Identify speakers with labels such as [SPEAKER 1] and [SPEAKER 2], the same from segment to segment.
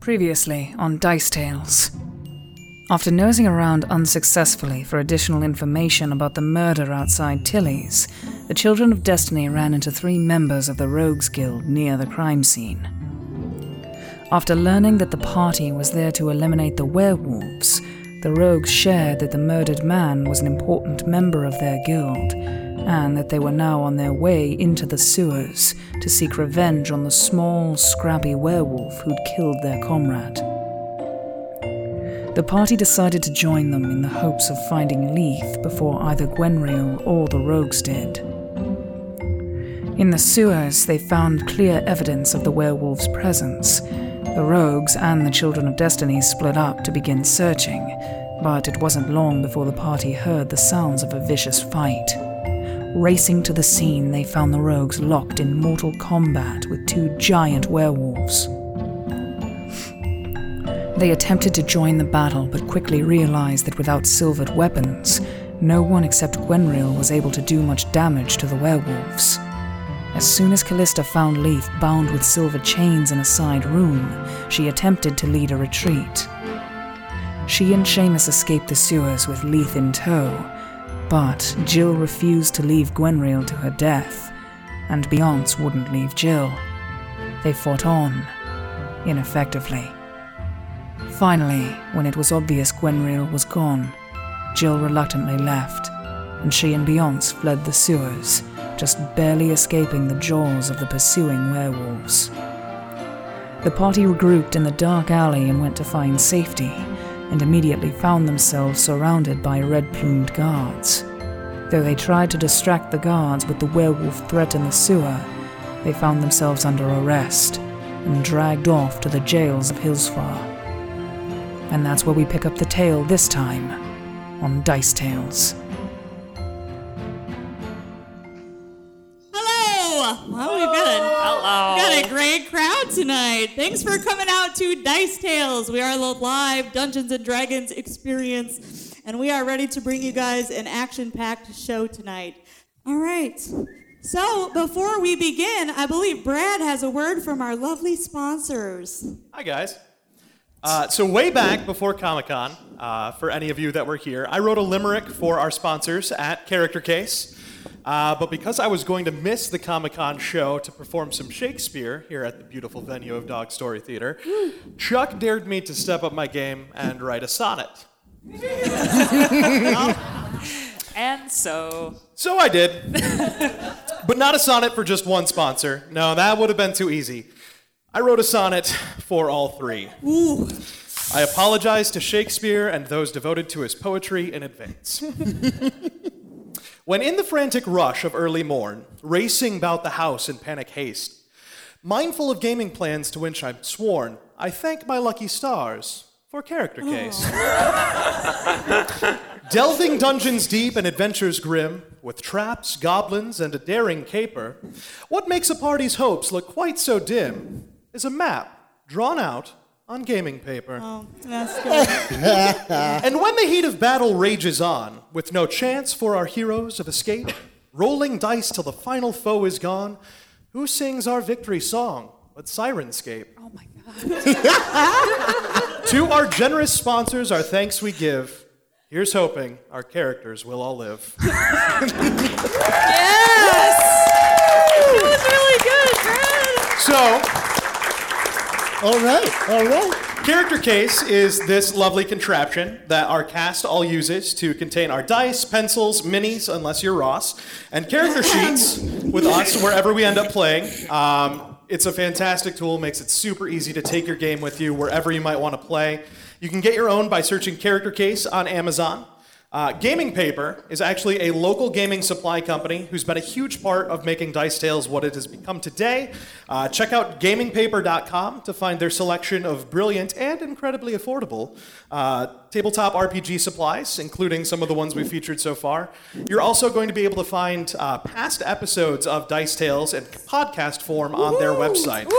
[SPEAKER 1] Previously on Dice Tales. After nosing around unsuccessfully for additional information about the murder outside Tilly's, the Children of Destiny ran into three members of the Rogues Guild near the crime scene. After learning that the party was there to eliminate the werewolves, the rogues shared that the murdered man was an important member of their guild, and that they were now on their way into the sewers to seek revenge on the small, scrappy werewolf who'd killed their comrade. The party decided to join them in the hopes of finding Leith before either Gwenriel or the rogues did. In the sewers, they found clear evidence of the werewolf's presence. The rogues and the Children of Destiny split up to begin searching, but it wasn't long before the party heard the sounds of a vicious fight. Racing to the scene, they found the rogues locked in mortal combat with two giant werewolves. They attempted to join the battle, but quickly realized that without silvered weapons, no one except Gwenriel was able to do much damage to the werewolves. As soon as Callista found Leith bound with silver chains in a side room, she attempted to lead a retreat. She and Seamus escaped the sewers with Leith in tow, but Jill refused to leave Gwenriel to her death, and Beyonce wouldn't leave Jill. They fought on, ineffectively. Finally, when it was obvious Gwenriel was gone, Jill reluctantly left, and she and Beyonce fled the sewers, just barely escaping the jaws of the pursuing werewolves. The party regrouped in the dark alley and went to find safety, and immediately found themselves surrounded by red plumed guards. Though they tried to distract the guards with the werewolf threat in the sewer, they found themselves under arrest and dragged off to the jails of Hillsfar. And that's where we pick up the tale this time on Dice Tales.
[SPEAKER 2] Hello! Well, we've got a, We've got a great crowd tonight. Thanks for coming out to Dice Tales. We are the live Dungeons and Dragons experience, and we are ready to bring you guys an action packed show tonight. All right. So, before we begin, I believe Brad has a word from our lovely sponsors.
[SPEAKER 3] Hi, guys. Uh, so, way back before Comic Con, uh, for any of you that were here, I wrote a limerick for our sponsors at Character Case. Uh, but because I was going to miss the Comic Con show to perform some Shakespeare here at the beautiful venue of Dog Story Theater, Chuck dared me to step up my game and write a sonnet.
[SPEAKER 4] And so,
[SPEAKER 3] So I did. but not a sonnet for just one sponsor. No, that would have been too easy. I wrote a sonnet for all three. I apologize to Shakespeare and those devoted to his poetry in advance. when in the frantic rush of early morn, racing about the house in panic haste, mindful of gaming plans to which I'm sworn, I thank my lucky stars for character case. Delving dungeons deep and adventures grim, with traps, goblins, and a daring caper, what makes a party's hopes look quite so dim is a map drawn out on gaming paper.
[SPEAKER 2] Oh, that's good.
[SPEAKER 3] And when the heat of battle rages on, with no chance for our heroes of escape, rolling dice till the final foe is gone, who sings our victory song but Sirenscape? Oh my god. to our generous sponsors, our thanks we give. Here's hoping our characters will all live.
[SPEAKER 2] That's really good, Brad!
[SPEAKER 3] So,
[SPEAKER 5] All right, all right.
[SPEAKER 3] Character case is this lovely contraption that our cast all uses to contain our dice, pencils, minis, unless you're Ross, and character sheets with us wherever we end up playing. Um, it's a fantastic tool, makes it super easy to take your game with you wherever you might want to play. You can get your own by searching Character Case on Amazon. Uh, gaming Paper is actually a local gaming supply company who's been a huge part of making Dice Tales what it has become today. Uh, check out gamingpaper.com to find their selection of brilliant and incredibly affordable uh, tabletop RPG supplies, including some of the ones we've featured so far. You're also going to be able to find uh, past episodes of Dice Tales in podcast form on their website.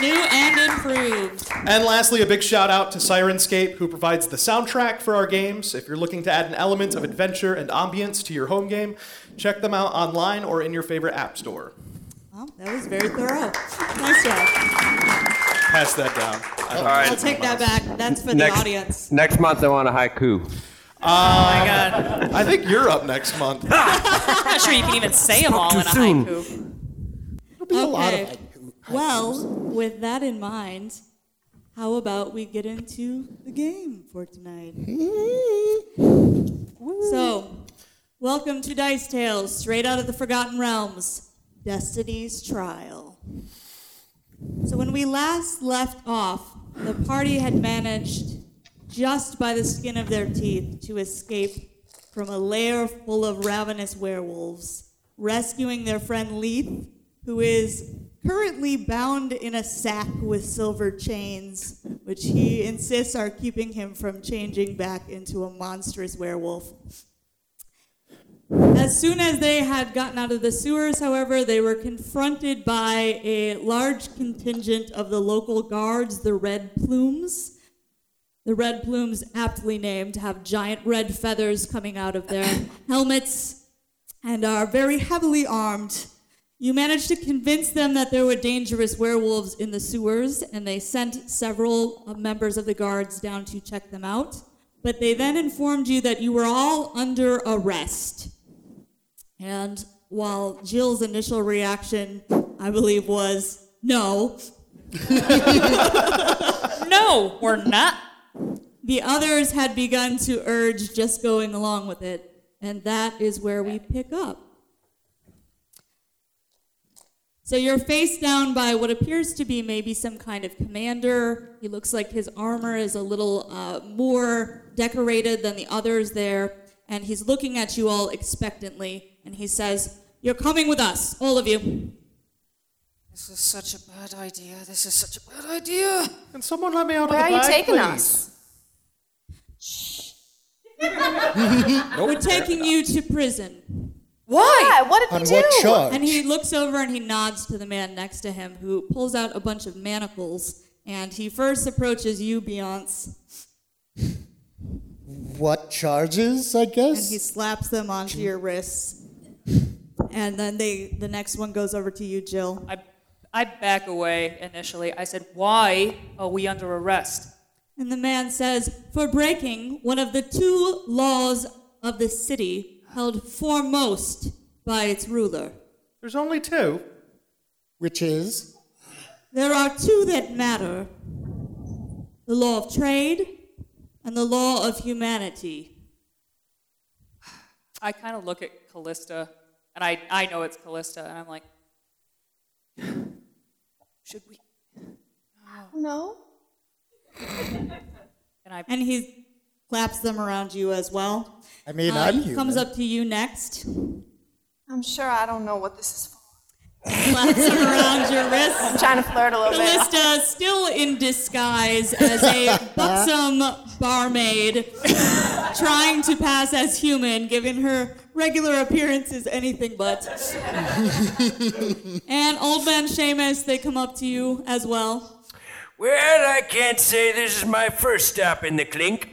[SPEAKER 2] New and improved.
[SPEAKER 3] And lastly, a big shout out to Sirenscape, who provides the soundtrack for our games. If you're looking to add an element of adventure and ambience to your home game, check them out online or in your favorite app store.
[SPEAKER 2] Well, that was very thorough. Nice job.
[SPEAKER 3] pass that down. I don't
[SPEAKER 6] All right.
[SPEAKER 2] I'll take that back. That's for
[SPEAKER 6] Next-
[SPEAKER 2] the audience.
[SPEAKER 6] Next month, I want a haiku.
[SPEAKER 4] my god.
[SPEAKER 3] I think you're up next month.
[SPEAKER 4] I'm not sure you can even say them all
[SPEAKER 6] too
[SPEAKER 4] in a
[SPEAKER 6] soon.
[SPEAKER 4] haiku.
[SPEAKER 5] A lot
[SPEAKER 2] Okay.
[SPEAKER 5] of
[SPEAKER 2] Well, with that in mind, how about we get into the game for tonight? so, welcome to Dice Tales, straight out of the Forgotten Realms Destiny's Trial. So, when we last left off, the party had managed, just by the skin of their teeth, to escape from a lair full of ravenous werewolves, rescuing their friend Leith, who is currently bound in a sack with silver chains, which he insists are keeping him from changing back into a monstrous werewolf. As soon as they had gotten out of the sewers, however, they were confronted by a large contingent of the local guards, the Red Plumes. The Red Plumes, aptly named, have giant red feathers coming out of their helmets and are very heavily armed. You managed to convince them that there were dangerous werewolves in the sewers, and they sent several uh, members of the guards down to check them out. But they then informed you that you were all under arrest. And while Jill's initial reaction, I believe, was no,
[SPEAKER 4] No, we're not.
[SPEAKER 2] the others had begun to urge just going along with it. And that is where we pick up. So you're faced down by what appears to be maybe some kind of commander. He looks like his armor is a little uh, more decorated than the others there. And he's looking at you all expectantly. And he says, You're coming with us, all of you.
[SPEAKER 4] This is such a bad idea. This is such a bad idea.
[SPEAKER 3] Can someone let me out
[SPEAKER 7] Where
[SPEAKER 3] of
[SPEAKER 7] are
[SPEAKER 3] the
[SPEAKER 7] you
[SPEAKER 3] bag,
[SPEAKER 7] taking
[SPEAKER 3] please?
[SPEAKER 7] us?
[SPEAKER 2] We're taking you to prison.
[SPEAKER 7] Why? Yeah, what did
[SPEAKER 5] on
[SPEAKER 7] we
[SPEAKER 5] what
[SPEAKER 7] do?
[SPEAKER 3] Oh.
[SPEAKER 5] charge?
[SPEAKER 2] And he looks over and he nods to the man next to him, who pulls out a bunch of manacles. And he first approaches you, Beyonce,
[SPEAKER 5] what charges? I
[SPEAKER 2] and
[SPEAKER 5] guess.
[SPEAKER 2] he slaps them onto your wrists. And then they, the next one goes over to you, Jill.
[SPEAKER 4] I, I back away initially. I said, Why are we under arrest?
[SPEAKER 2] And the man says, for breaking one of the two laws of the city held foremost by its ruler.
[SPEAKER 3] There's only two.
[SPEAKER 5] Which is
[SPEAKER 2] There are two that matter the law of trade and the law of humanity.
[SPEAKER 4] I kind of look at Callista, and I, I know it's Callista, and I'm like, Should we?
[SPEAKER 7] No.
[SPEAKER 4] And I,
[SPEAKER 2] And he claps them around you as well.
[SPEAKER 5] I mean
[SPEAKER 2] Uh,
[SPEAKER 5] I'm
[SPEAKER 2] he
[SPEAKER 5] human.
[SPEAKER 2] comes up to you next,
[SPEAKER 7] I'm sure I don't know what this is for.
[SPEAKER 2] claps them around your
[SPEAKER 7] I'm
[SPEAKER 2] wrist.
[SPEAKER 7] trying to flirt a little bit.
[SPEAKER 2] Callista, still in disguise as a buxom barmaid, trying to pass as human, given her regular appearance is anything but. and old man Seamus, they come up to you as well.
[SPEAKER 8] Well, I can't say this is my first stop in the clink.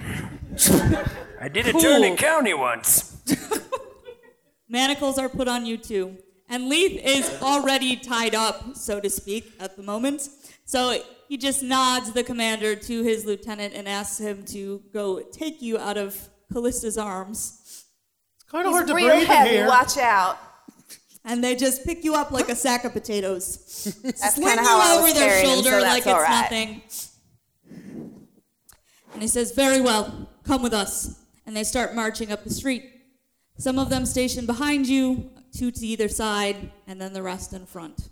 [SPEAKER 8] I did a turn in county once.
[SPEAKER 2] Manacles are put on you too. And Leith is already tied up, so to speak, at the moment. So he just nods the commander to his lieutenant and asks him to go take you out of Callista's arms.
[SPEAKER 3] It's kind of hard
[SPEAKER 7] He's
[SPEAKER 3] to
[SPEAKER 7] real
[SPEAKER 3] breathe in
[SPEAKER 7] heavy.
[SPEAKER 3] here.
[SPEAKER 7] Watch out.
[SPEAKER 2] And they just pick you up like a sack of potatoes.
[SPEAKER 7] That's
[SPEAKER 2] Sling
[SPEAKER 7] kind of
[SPEAKER 2] you
[SPEAKER 7] how I
[SPEAKER 2] over
[SPEAKER 7] was
[SPEAKER 2] their
[SPEAKER 7] carrying him,
[SPEAKER 2] shoulder
[SPEAKER 7] so
[SPEAKER 2] like
[SPEAKER 7] that's
[SPEAKER 2] it's
[SPEAKER 7] all right.
[SPEAKER 2] nothing. And he says, Very well, come with us. And they start marching up the street. Some of them stationed behind you, two to either side, and then the rest in front.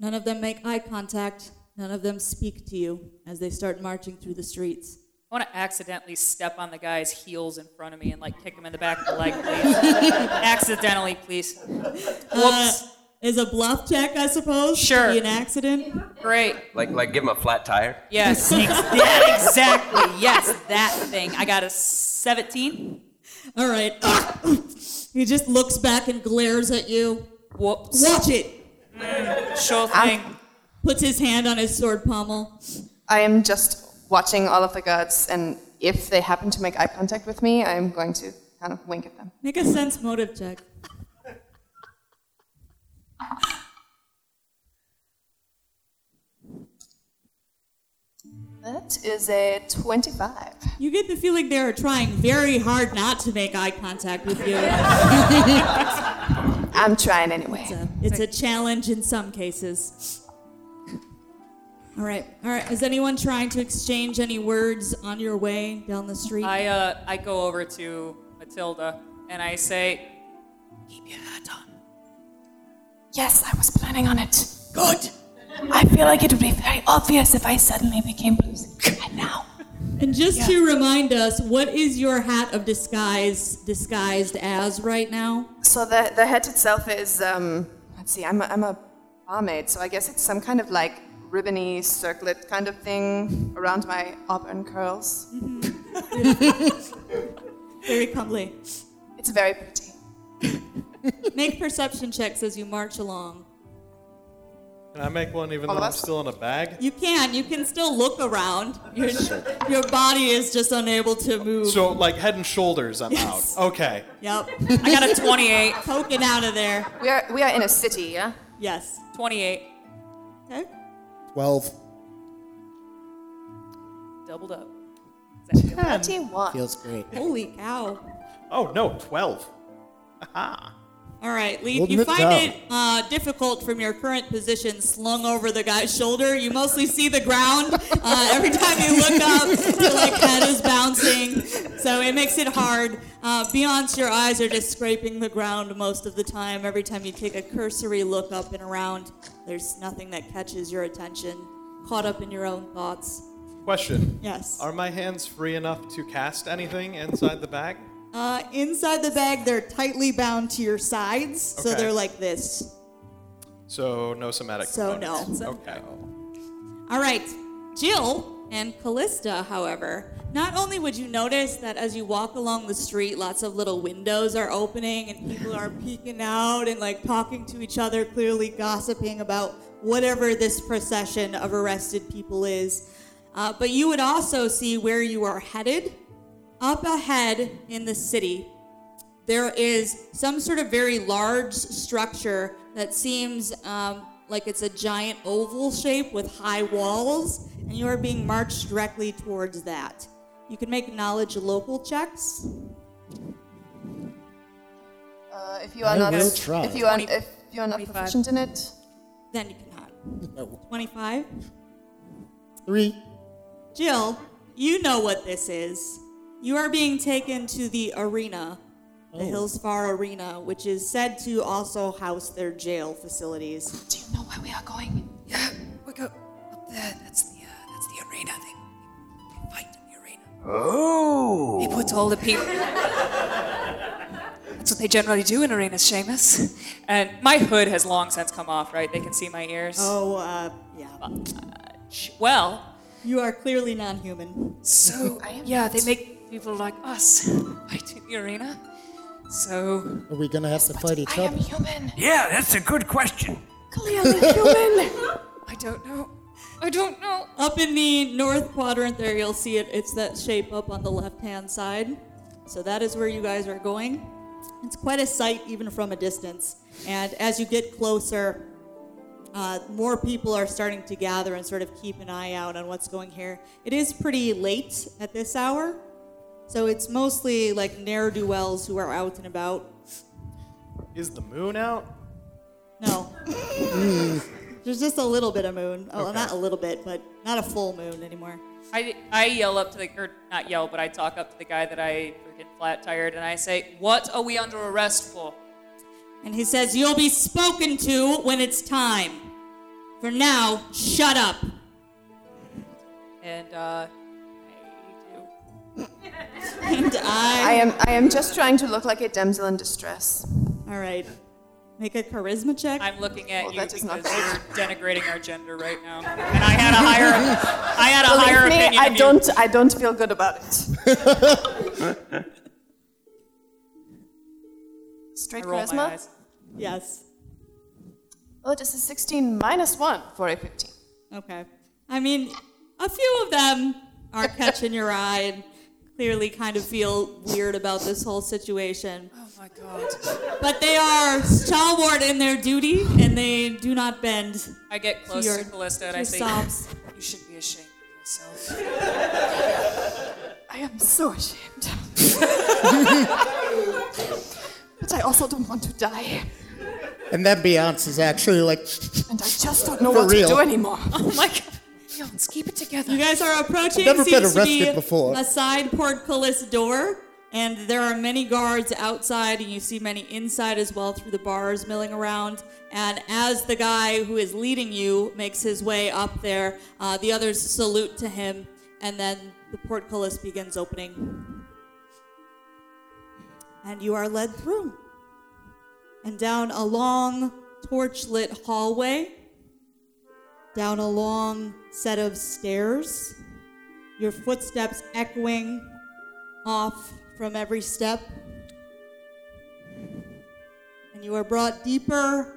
[SPEAKER 2] None of them make eye contact, none of them speak to you as they start marching through the streets.
[SPEAKER 4] I want to accidentally step on the guy's heels in front of me and like kick him in the back of the leg, please. accidentally, please. Whoops.
[SPEAKER 2] Is a bluff check, I suppose?
[SPEAKER 4] Sure.
[SPEAKER 2] Be an accident?
[SPEAKER 4] Great.
[SPEAKER 6] Like, like, give him a flat tire.
[SPEAKER 4] Yes. ex- that- exactly. Yes, that thing. I got a 17.
[SPEAKER 2] All right. he just looks back and glares at you.
[SPEAKER 4] Whoops.
[SPEAKER 2] Watch it.
[SPEAKER 4] Sure thing.
[SPEAKER 2] Puts his hand on his sword pommel.
[SPEAKER 7] I am just watching all of the guards, and if they happen to make eye contact with me, I'm going to kind of wink at them.
[SPEAKER 2] Make a sense motive check.
[SPEAKER 7] That is a 25.
[SPEAKER 2] You get the feeling they are trying very hard not to make eye contact with you.
[SPEAKER 7] I'm trying anyway.
[SPEAKER 2] It's a challenge in some cases. All right, all right. Is anyone trying to exchange any words on your way down the street?
[SPEAKER 4] I uh, I go over to Matilda and I say, "Keep your hat on."
[SPEAKER 9] Yes, I was planning on it. Good. I feel like it would be very obvious if I suddenly became bluesy. And now.
[SPEAKER 2] and just to remind us, what is your hat of disguise disguised as right now?
[SPEAKER 7] So the, the hat itself is, um, let's see, I'm a, I'm a barmaid, so I guess it's some kind of like ribbony circlet kind of thing around my auburn curls.
[SPEAKER 2] Very comely.
[SPEAKER 7] It's very pretty.
[SPEAKER 2] Make perception checks as you march along.
[SPEAKER 3] Can I make one even though
[SPEAKER 7] All of
[SPEAKER 3] I'm
[SPEAKER 7] us?
[SPEAKER 3] still in a bag?
[SPEAKER 2] You can. You can still look around. Your, your body is just unable to move.
[SPEAKER 3] So, like head and shoulders, I'm
[SPEAKER 2] Yes.
[SPEAKER 3] out. Okay.
[SPEAKER 2] yep.
[SPEAKER 4] I got a 28.
[SPEAKER 2] Poking out of there.
[SPEAKER 7] We are, we are in a city, yeah?
[SPEAKER 2] Yes.
[SPEAKER 4] 28.
[SPEAKER 2] Okay.
[SPEAKER 5] 12.
[SPEAKER 4] Doubled up.
[SPEAKER 7] 21.
[SPEAKER 5] Feels great.
[SPEAKER 2] Holy cow.
[SPEAKER 3] Oh, no, 12.
[SPEAKER 2] All right, Leaf,
[SPEAKER 5] Holding
[SPEAKER 2] you
[SPEAKER 5] it
[SPEAKER 2] find
[SPEAKER 5] down.
[SPEAKER 2] it uh, difficult from your current position slung over the guy's shoulder. You mostly see the ground. Uh, every time you look up, your like, head is bouncing, so it makes it hard. Uh, Beyonce, your eyes are just scraping the ground most of the time. Every time you take a cursory look up and around, there's nothing that catches your attention. Caught up in your own thoughts.
[SPEAKER 3] Question
[SPEAKER 2] Yes.
[SPEAKER 3] Are my hands free enough to cast anything inside the bag?
[SPEAKER 2] Uh, inside the bag, they're tightly bound to your sides, so
[SPEAKER 3] Okay.
[SPEAKER 2] they're like this.
[SPEAKER 3] So, no somatic.
[SPEAKER 2] So
[SPEAKER 3] components.
[SPEAKER 2] no.
[SPEAKER 3] Okay.
[SPEAKER 2] All right, Jill and Callista, however, not only would you notice that as you walk along the street, lots of little windows are opening and people are peeking out and like talking to each other, clearly gossiping about whatever this procession of arrested people is, uh, but you would also see where you are headed up ahead in the city there is some sort of very large structure that seems um, like it's a giant oval shape with high walls, and you are being marched directly towards that. You can make knowledge local checks.
[SPEAKER 7] Uh, if you are
[SPEAKER 5] I
[SPEAKER 7] not,
[SPEAKER 5] will try.
[SPEAKER 7] if you are,
[SPEAKER 4] Twenty-
[SPEAKER 7] if you are not
[SPEAKER 4] 25.
[SPEAKER 7] proficient in it,
[SPEAKER 2] Then you can hunt.
[SPEAKER 5] No.
[SPEAKER 2] 25.
[SPEAKER 5] 3.
[SPEAKER 2] Jill, you know what this is. You are being taken to the arena, the Hills Far Arena, which is said to also house their jail facilities.
[SPEAKER 9] Do you know where we are going? Yeah, we go up there. That's the uh, that's the arena thing. They fight in the arena.
[SPEAKER 8] Oh.
[SPEAKER 9] They put all the people. that's what they generally do in arenas, Seamus.
[SPEAKER 4] And my hood has long since come off, right? They can see my ears.
[SPEAKER 2] Oh, uh, yeah.
[SPEAKER 4] Well,
[SPEAKER 2] You are clearly non human.
[SPEAKER 9] So yeah, they make people like us.
[SPEAKER 4] fight in the arena. So
[SPEAKER 5] Are we going to have to fight each
[SPEAKER 9] I am
[SPEAKER 5] other?
[SPEAKER 9] human.
[SPEAKER 8] Yeah, that's a good question.
[SPEAKER 9] Clearly human.
[SPEAKER 4] I don't know. I don't know.
[SPEAKER 2] Up in the north quadrant there, you'll see it. It's that shape up on the left hand side. So that is where you guys are going. It's quite a sight, even from a distance. And as you get closer, uh, more people are starting to gather and sort of keep an eye out on what's going here. It is pretty late at this hour, so it's mostly like ne'er do wells who are out and about.
[SPEAKER 3] Is the moon out?
[SPEAKER 2] No. There's just a little bit of moon. Oh,
[SPEAKER 3] Okay.
[SPEAKER 2] not a little bit, but not a full moon anymore.
[SPEAKER 4] I, I yell up to the, or not yell, but I talk up to the guy that I freaking flat tired and I say, What are we under arrest for?
[SPEAKER 2] And he says, You'll be spoken to when it's time. For now, shut up.
[SPEAKER 4] And, uh, I do.
[SPEAKER 2] And
[SPEAKER 7] I
[SPEAKER 2] I.
[SPEAKER 7] am, I am just trying to look like a damsel in distress.
[SPEAKER 2] All right. Make a charisma check.
[SPEAKER 4] I'm looking at
[SPEAKER 7] Well,
[SPEAKER 4] you
[SPEAKER 7] that
[SPEAKER 4] because
[SPEAKER 7] does not
[SPEAKER 4] you're denigrating our gender right now. And I had a higher, I had a higher
[SPEAKER 7] Believe me,
[SPEAKER 4] opinion
[SPEAKER 7] I
[SPEAKER 4] of
[SPEAKER 7] don't, I don't feel good about it. Straight
[SPEAKER 4] you. I roll my
[SPEAKER 7] charisma?
[SPEAKER 4] eyes.
[SPEAKER 2] yes.
[SPEAKER 7] Oh, this is 16 minus 1 for a 15.
[SPEAKER 2] Okay. I mean, a few of them are catching your eye and clearly kind of feel weird about this whole situation.
[SPEAKER 4] Oh my god.
[SPEAKER 2] But they are stalwart in their duty and they do not bend.
[SPEAKER 4] I get close
[SPEAKER 2] your-
[SPEAKER 4] to Callista and I
[SPEAKER 2] your
[SPEAKER 4] say,
[SPEAKER 2] sobs.
[SPEAKER 4] You should be ashamed. of myself.
[SPEAKER 7] I am so ashamed. but I also don't want to die.
[SPEAKER 5] And then Beyonce's actually like,
[SPEAKER 7] And I just don't know
[SPEAKER 5] For
[SPEAKER 7] what
[SPEAKER 5] real.
[SPEAKER 7] to do anymore.
[SPEAKER 4] Oh my god. Yo, let's keep it together.
[SPEAKER 2] You guys are approaching.
[SPEAKER 5] I've never been
[SPEAKER 2] seems to be
[SPEAKER 5] arrested before.
[SPEAKER 2] A side portcullis door, and there are many guards outside, and you see many inside as well through the bars milling around. And as the guy who is leading you makes his way up there, uh, the others salute to him, and then the portcullis begins opening, and you are led through and down a long torch-lit hallway down a long set of stairs, your footsteps echoing off from every step. And you are brought deeper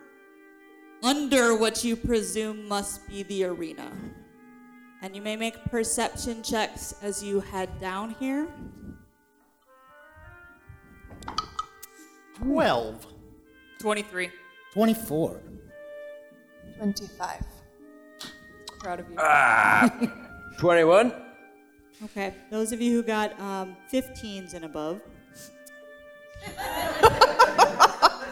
[SPEAKER 2] under what you presume must be the arena. And you may make perception checks as you head down here.
[SPEAKER 3] 12.
[SPEAKER 4] 23.
[SPEAKER 5] 24.
[SPEAKER 7] 25.
[SPEAKER 4] Proud of you.
[SPEAKER 6] 21.
[SPEAKER 2] Okay, those of you who got um, 15s and above.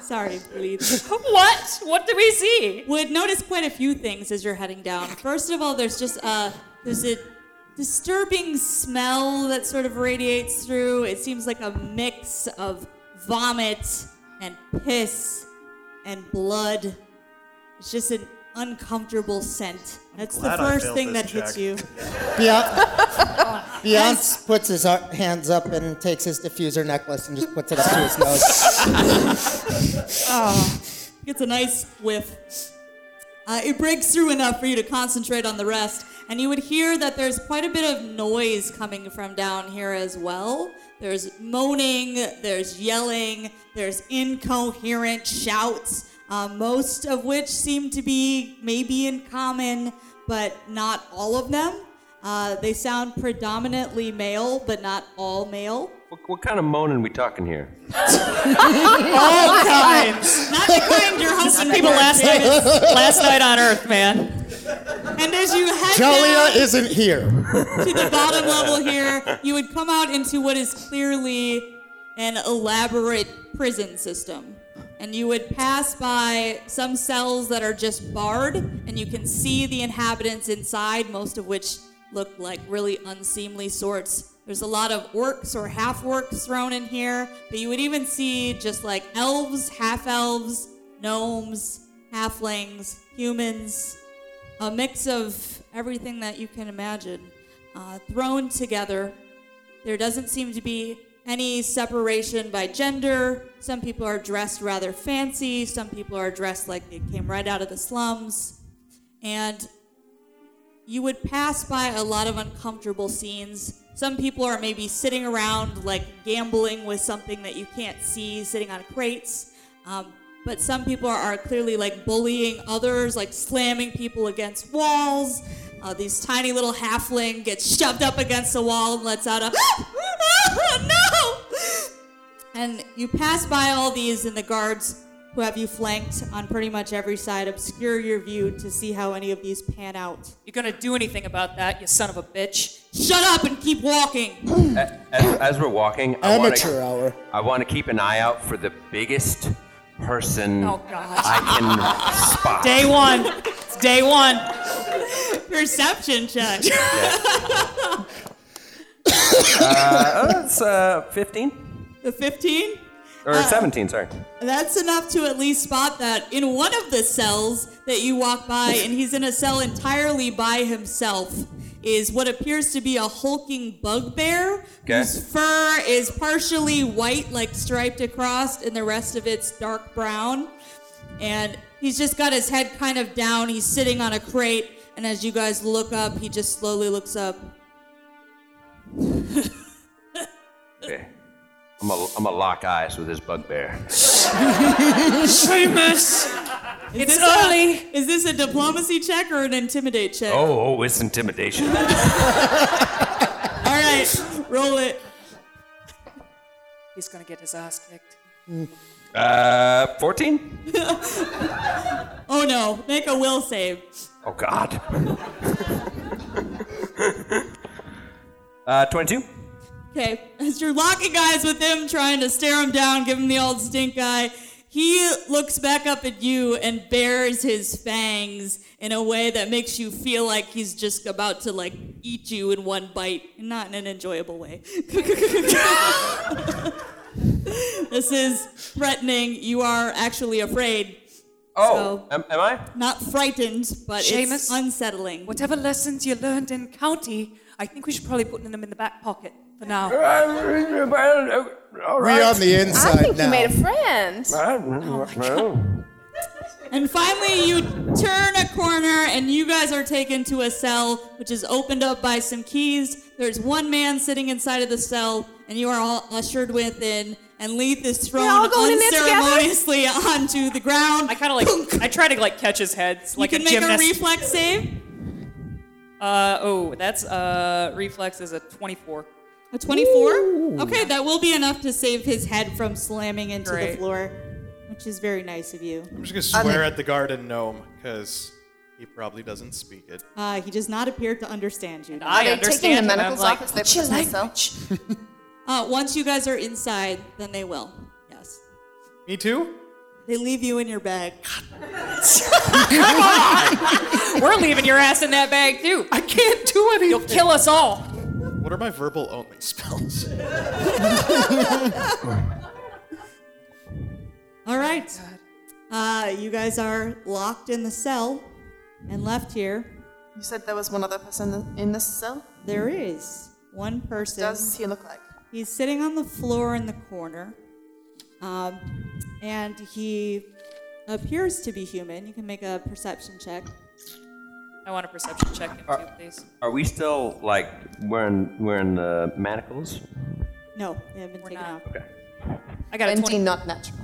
[SPEAKER 2] Sorry, please.
[SPEAKER 4] what? What do we see?
[SPEAKER 2] would notice quite a few things as you're heading down. First of all, there's just a there's a disturbing smell that sort of radiates through. It seems like a mix of vomit and piss and blood. It's just an uncomfortable scent. That's the
[SPEAKER 3] glad I
[SPEAKER 2] first
[SPEAKER 3] failed
[SPEAKER 2] thing that
[SPEAKER 3] this
[SPEAKER 2] hits
[SPEAKER 3] check.
[SPEAKER 2] you.
[SPEAKER 5] Beyonce, Beyonce puts his ar- hands up and takes his diffuser necklace and just puts it up to his nose.
[SPEAKER 2] It's a nice whiff. Uh, it breaks through enough for you to concentrate on the rest, and you would hear that there's quite a bit of noise coming from down here as well. There's moaning, there's yelling, there's incoherent shouts, uh, most of which seem to be maybe in common, but not all of them. Uh, they sound predominantly male, but not all male.
[SPEAKER 6] What, what kind of moaning we talking here?
[SPEAKER 2] Not the kind you're hoping people
[SPEAKER 4] Last night, last night on Earth, man.
[SPEAKER 2] And as you head down-
[SPEAKER 5] Dahlia isn't here.
[SPEAKER 2] to the bottom level here, you would come out into what is clearly an elaborate prison system. And you would pass by some cells that are just barred, and you can see the inhabitants inside, most of which look like really unseemly sorts. There's a lot of orcs or half orcs thrown in here, but you would even see just like elves, half elves, gnomes, halflings, humans, a mix of everything that you can imagine uh, thrown together. There doesn't seem to be any separation by gender. Some people are dressed rather fancy, some people are dressed like they came right out of the slums. And you would pass by a lot of uncomfortable scenes. Some people are maybe sitting around, like gambling with something that you can't see, sitting on crates. Um, but some people are, are clearly like bullying others, like slamming people against walls. Uh, these tiny little halfling gets shoved up against the wall and lets out a "Ah! no. And you pass by all these, and the guards who have you flanked on pretty much every side obscure your view to see how any of these pan out.
[SPEAKER 4] You gonna do anything about that, you son of a bitch?
[SPEAKER 2] Shut up and keep walking.
[SPEAKER 6] As, as we're walking, I want
[SPEAKER 5] Amateur
[SPEAKER 6] to
[SPEAKER 5] hour.
[SPEAKER 6] I want to keep an eye out for the biggest person
[SPEAKER 4] Oh, God.
[SPEAKER 6] I can spot.
[SPEAKER 4] Day one. It's day one.
[SPEAKER 2] Perception check.
[SPEAKER 6] That's uh, 15
[SPEAKER 2] The 15?
[SPEAKER 6] or
[SPEAKER 4] Uh,
[SPEAKER 6] 17, sorry.
[SPEAKER 2] That's enough to at least spot that in one of the cells that you walk by, and he's in a cell entirely by himself, is what appears to be a hulking bugbear
[SPEAKER 6] Okay.
[SPEAKER 2] whose fur is partially white, like striped across, and the rest of it's dark brown. And he's just got his head kind of down. He's sitting on a crate, and as you guys look up, he just slowly looks up.
[SPEAKER 6] Okay.
[SPEAKER 4] uh,
[SPEAKER 6] I'm a, I'm a lock eyes with this bugbear.
[SPEAKER 4] Seamus! It's
[SPEAKER 2] Is this a-
[SPEAKER 4] early.
[SPEAKER 2] is this a diplomacy check or an intimidate check?
[SPEAKER 6] Oh, oh, it's intimidation.
[SPEAKER 2] All right, roll it.
[SPEAKER 4] He's gonna get his ass kicked.
[SPEAKER 6] Uh, 14?
[SPEAKER 2] Oh no, make a will save.
[SPEAKER 6] Oh God. Uh, 22.
[SPEAKER 2] Okay, as you're locking eyes with him, trying to stare him down, give him the old stink eye, he looks back up at you and bares his fangs in a way that makes you feel like he's just about to like eat you in one bite, not in an enjoyable way. this is threatening. You are actually afraid.
[SPEAKER 6] Oh, am, am I?
[SPEAKER 2] Not frightened, but it's
[SPEAKER 4] Seamus?
[SPEAKER 2] unsettling.
[SPEAKER 4] Whatever lessons you learned in county, I think we should probably put them in the back pocket for now.
[SPEAKER 8] Uh, well, uh, all
[SPEAKER 5] We're on
[SPEAKER 8] right.
[SPEAKER 5] the
[SPEAKER 7] I
[SPEAKER 5] inside
[SPEAKER 7] think
[SPEAKER 5] now.
[SPEAKER 7] you made a friend.
[SPEAKER 8] the.
[SPEAKER 2] And finally, you turn a corner and you guys are taken to a cell, which is opened up by some keys. There's one man sitting inside of the cell, and you are all ushered within. And Leith is thrown
[SPEAKER 9] all going in there together?
[SPEAKER 2] unceremoniously onto the ground.
[SPEAKER 4] I kind of like, I try to like catch his head like
[SPEAKER 2] you can
[SPEAKER 4] a
[SPEAKER 2] make
[SPEAKER 4] gymnast.
[SPEAKER 2] a reflex save.
[SPEAKER 4] uh, oh, that's uh, reflex is a 24.
[SPEAKER 2] A 24? Okay, that will be enough to save his head from slamming into the
[SPEAKER 4] Great.
[SPEAKER 2] floor, which is very nice of you.
[SPEAKER 3] I'm just gonna swear at the garden gnome because he probably doesn't speak it.
[SPEAKER 2] Uh, he does not appear to understand you.
[SPEAKER 4] I
[SPEAKER 7] They're taking the
[SPEAKER 4] understand. and I'm
[SPEAKER 7] medical's
[SPEAKER 4] like,
[SPEAKER 7] office. They put us in a cell.
[SPEAKER 2] Uh, once you guys are inside, then they will. Yes.
[SPEAKER 3] Me too.
[SPEAKER 2] They leave you in your bag.
[SPEAKER 4] We're leaving your ass in that bag too. I can't do anything. You'll kill us all.
[SPEAKER 3] What are my verbal only spells?
[SPEAKER 2] All right.
[SPEAKER 4] Oh
[SPEAKER 2] Uh, you guys are locked in the cell and left here.
[SPEAKER 7] You said there was one other person in this cell?
[SPEAKER 2] There is one person.
[SPEAKER 7] Does he look like?
[SPEAKER 2] He's sitting on the floor in the corner. Um, and he appears to be human. You can make a perception check.
[SPEAKER 4] I want a perception check him too, please.
[SPEAKER 6] Are we still like wearing wearing the manacles?
[SPEAKER 2] No, they have been
[SPEAKER 4] We're
[SPEAKER 2] taken
[SPEAKER 4] not.
[SPEAKER 2] off.
[SPEAKER 6] Okay.
[SPEAKER 4] I got a
[SPEAKER 7] 20,
[SPEAKER 4] 20,
[SPEAKER 7] not natural.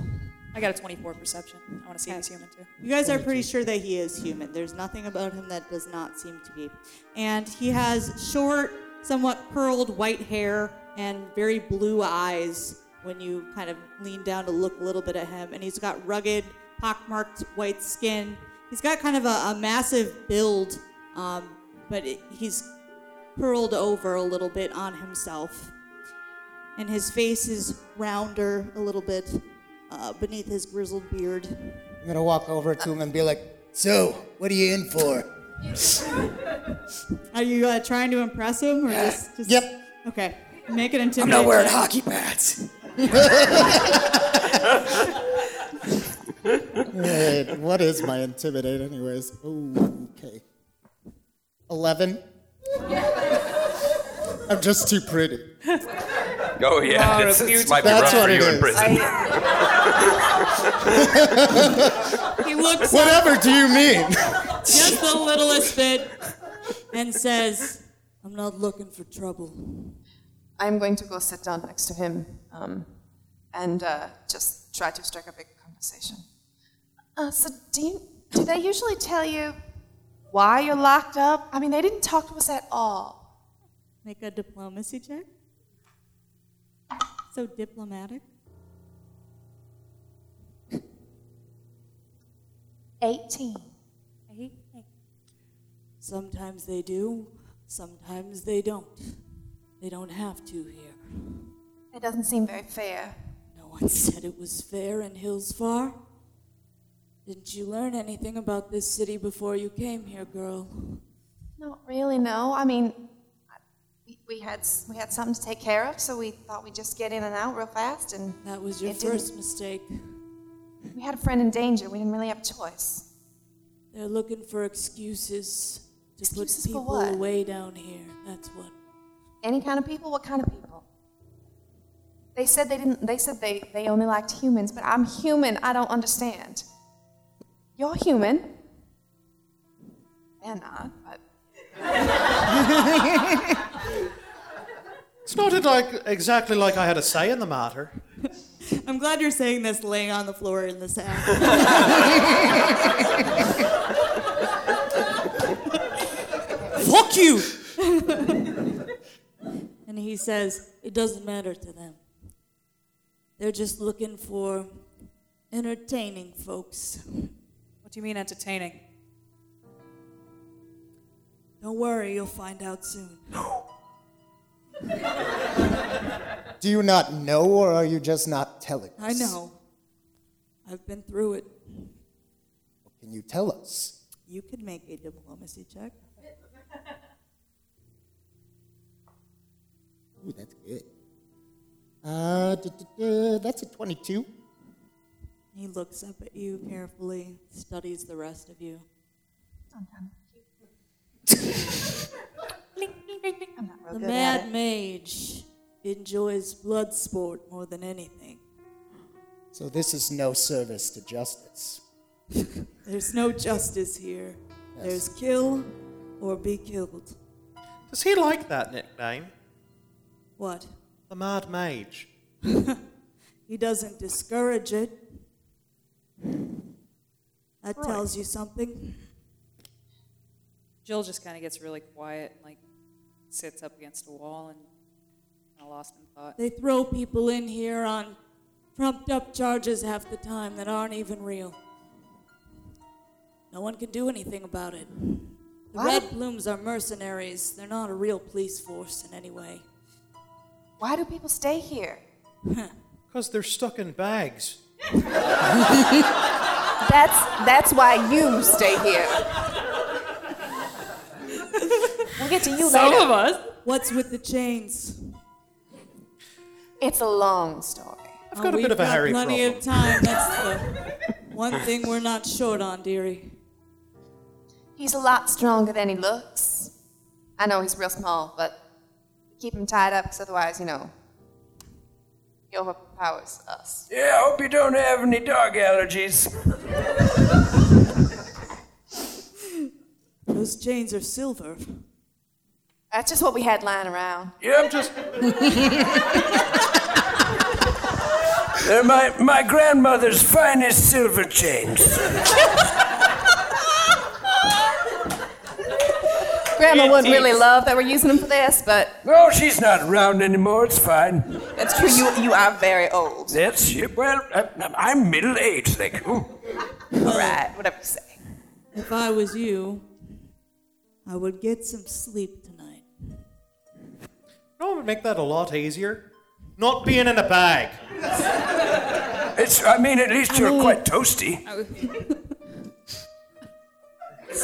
[SPEAKER 4] I got a 24 perception. I want to see if he's human too.
[SPEAKER 2] You guys are pretty sure that he is human. There's nothing about him that does not seem to be. And he has short, somewhat curled white hair and very blue eyes when you kind of lean down to look a little bit at him. And he's got rugged, pockmarked white skin. He's got kind of a, a massive build, um, but it, he's curled over a little bit on himself. And his face is rounder a little bit uh, beneath his grizzled beard.
[SPEAKER 5] I'm gonna walk over to him and be like, "So, what are you in for?"
[SPEAKER 2] Are you uh, trying to impress him or just, just?
[SPEAKER 5] Yep.
[SPEAKER 2] Okay. Make an intimidate.
[SPEAKER 5] I'm not wearing
[SPEAKER 2] check.
[SPEAKER 5] hockey pads. Wait, what is my intimidate, anyways? Ooh, okay. 11. I'm just too pretty.
[SPEAKER 6] Oh yeah,
[SPEAKER 4] Laura,
[SPEAKER 6] this, this might be rough
[SPEAKER 5] That's what
[SPEAKER 6] for
[SPEAKER 5] it
[SPEAKER 6] you in
[SPEAKER 5] is.
[SPEAKER 6] prison.
[SPEAKER 2] He looks
[SPEAKER 5] Whatever do you mean?
[SPEAKER 2] just the littlest bit and says, "I'm not looking for trouble."
[SPEAKER 7] I'm going to go sit down next to him um, and uh, just try to strike up a conversation. Uh, so, do, you, do they usually tell you why you're locked up? I mean, they didn't talk to us at all.
[SPEAKER 2] Make a diplomacy check. So diplomatic. Eighteen. Sometimes they do. Sometimes they don't. They don't have to here.
[SPEAKER 7] It doesn't seem very fair.
[SPEAKER 2] No one said it was fair in Hillsfar. Didn't you learn anything about this city before you came here, girl?
[SPEAKER 7] Not really, no. I mean, I- we, we had s- we had something to take care of, so we thought we'd just get in and out real fast. And
[SPEAKER 2] That was your
[SPEAKER 7] It didn't-
[SPEAKER 2] first mistake.
[SPEAKER 7] we had a friend in danger. We didn't really have a choice.
[SPEAKER 2] They're looking for excuses to
[SPEAKER 7] Excuses
[SPEAKER 2] put
[SPEAKER 7] for
[SPEAKER 2] people
[SPEAKER 7] what?
[SPEAKER 2] away down here. That's what.
[SPEAKER 7] Any kind of people? What kind of people? They said they didn't. They said they they only liked humans, but I'm human. I don't understand. You're human. They're not, but
[SPEAKER 3] It's not it like exactly like I had a say in the matter.
[SPEAKER 2] I'm glad you're saying this laying on the floor in the sack.
[SPEAKER 4] Fuck you!
[SPEAKER 2] and he says, It doesn't matter to them. They're just looking for entertaining folks.
[SPEAKER 4] What do you mean entertaining?
[SPEAKER 2] Don't worry, you'll find out soon.
[SPEAKER 5] Do you not know, or are you just not telling us?
[SPEAKER 2] I know. I've been through it.
[SPEAKER 5] Can you tell us?
[SPEAKER 2] You can make a diplomacy check.
[SPEAKER 5] Ooh, that's good. Uh, duh, duh, duh, that's a 22.
[SPEAKER 2] He looks up at you carefully, studies the rest of you.
[SPEAKER 7] I'm not real
[SPEAKER 2] The
[SPEAKER 7] good at
[SPEAKER 2] Mad
[SPEAKER 7] it.
[SPEAKER 2] Mage enjoys blood sport more than anything.
[SPEAKER 5] So this is no service to justice.
[SPEAKER 2] There's no justice here. There's kill or be killed.
[SPEAKER 3] Does he like that nickname?
[SPEAKER 2] What?
[SPEAKER 3] The Mad Mage.
[SPEAKER 2] He doesn't discourage it. That tells you something.
[SPEAKER 4] Jill just kind of gets really quiet and like sits up against a wall and kind of lost in thought.
[SPEAKER 2] They throw people in here on trumped up charges half the time that aren't even real. No one can do anything about it. The
[SPEAKER 7] Why-
[SPEAKER 2] Red Plumes are mercenaries. They're not a real police force in any way.
[SPEAKER 7] Why do people stay here?
[SPEAKER 3] Because they're stuck in bags.
[SPEAKER 7] That's that's why you stay here. we'll get to you later.
[SPEAKER 4] us.
[SPEAKER 2] What's with the chains?
[SPEAKER 7] It's a long story.
[SPEAKER 3] I've got a bit of a Harry problem.
[SPEAKER 2] Oh, plenty of time. That's the one thing we're not short on, dearie.
[SPEAKER 7] He's a lot stronger than he looks. I know he's real small, but keep him tied up, 'cause otherwise, you know, he overpowers us.
[SPEAKER 8] Yeah, I hope you don't have any dog allergies.
[SPEAKER 2] Those chains are silver.
[SPEAKER 7] That's just what we had lying around.
[SPEAKER 8] Yeah, I'm just. They're my, my grandmother's finest silver chains.
[SPEAKER 7] Grandma wouldn't really love that we're using them for this, but
[SPEAKER 8] No, she's not around anymore. It's fine.
[SPEAKER 7] that's true. You you are very old.
[SPEAKER 8] That's well, I, I'm middle aged. Like, ooh.
[SPEAKER 7] All right, whatever you say.
[SPEAKER 2] If I was you, I would get some sleep tonight.
[SPEAKER 3] No, it would make that a lot easier. Not being in a bag.
[SPEAKER 8] It's. I mean, at least you're quite toasty.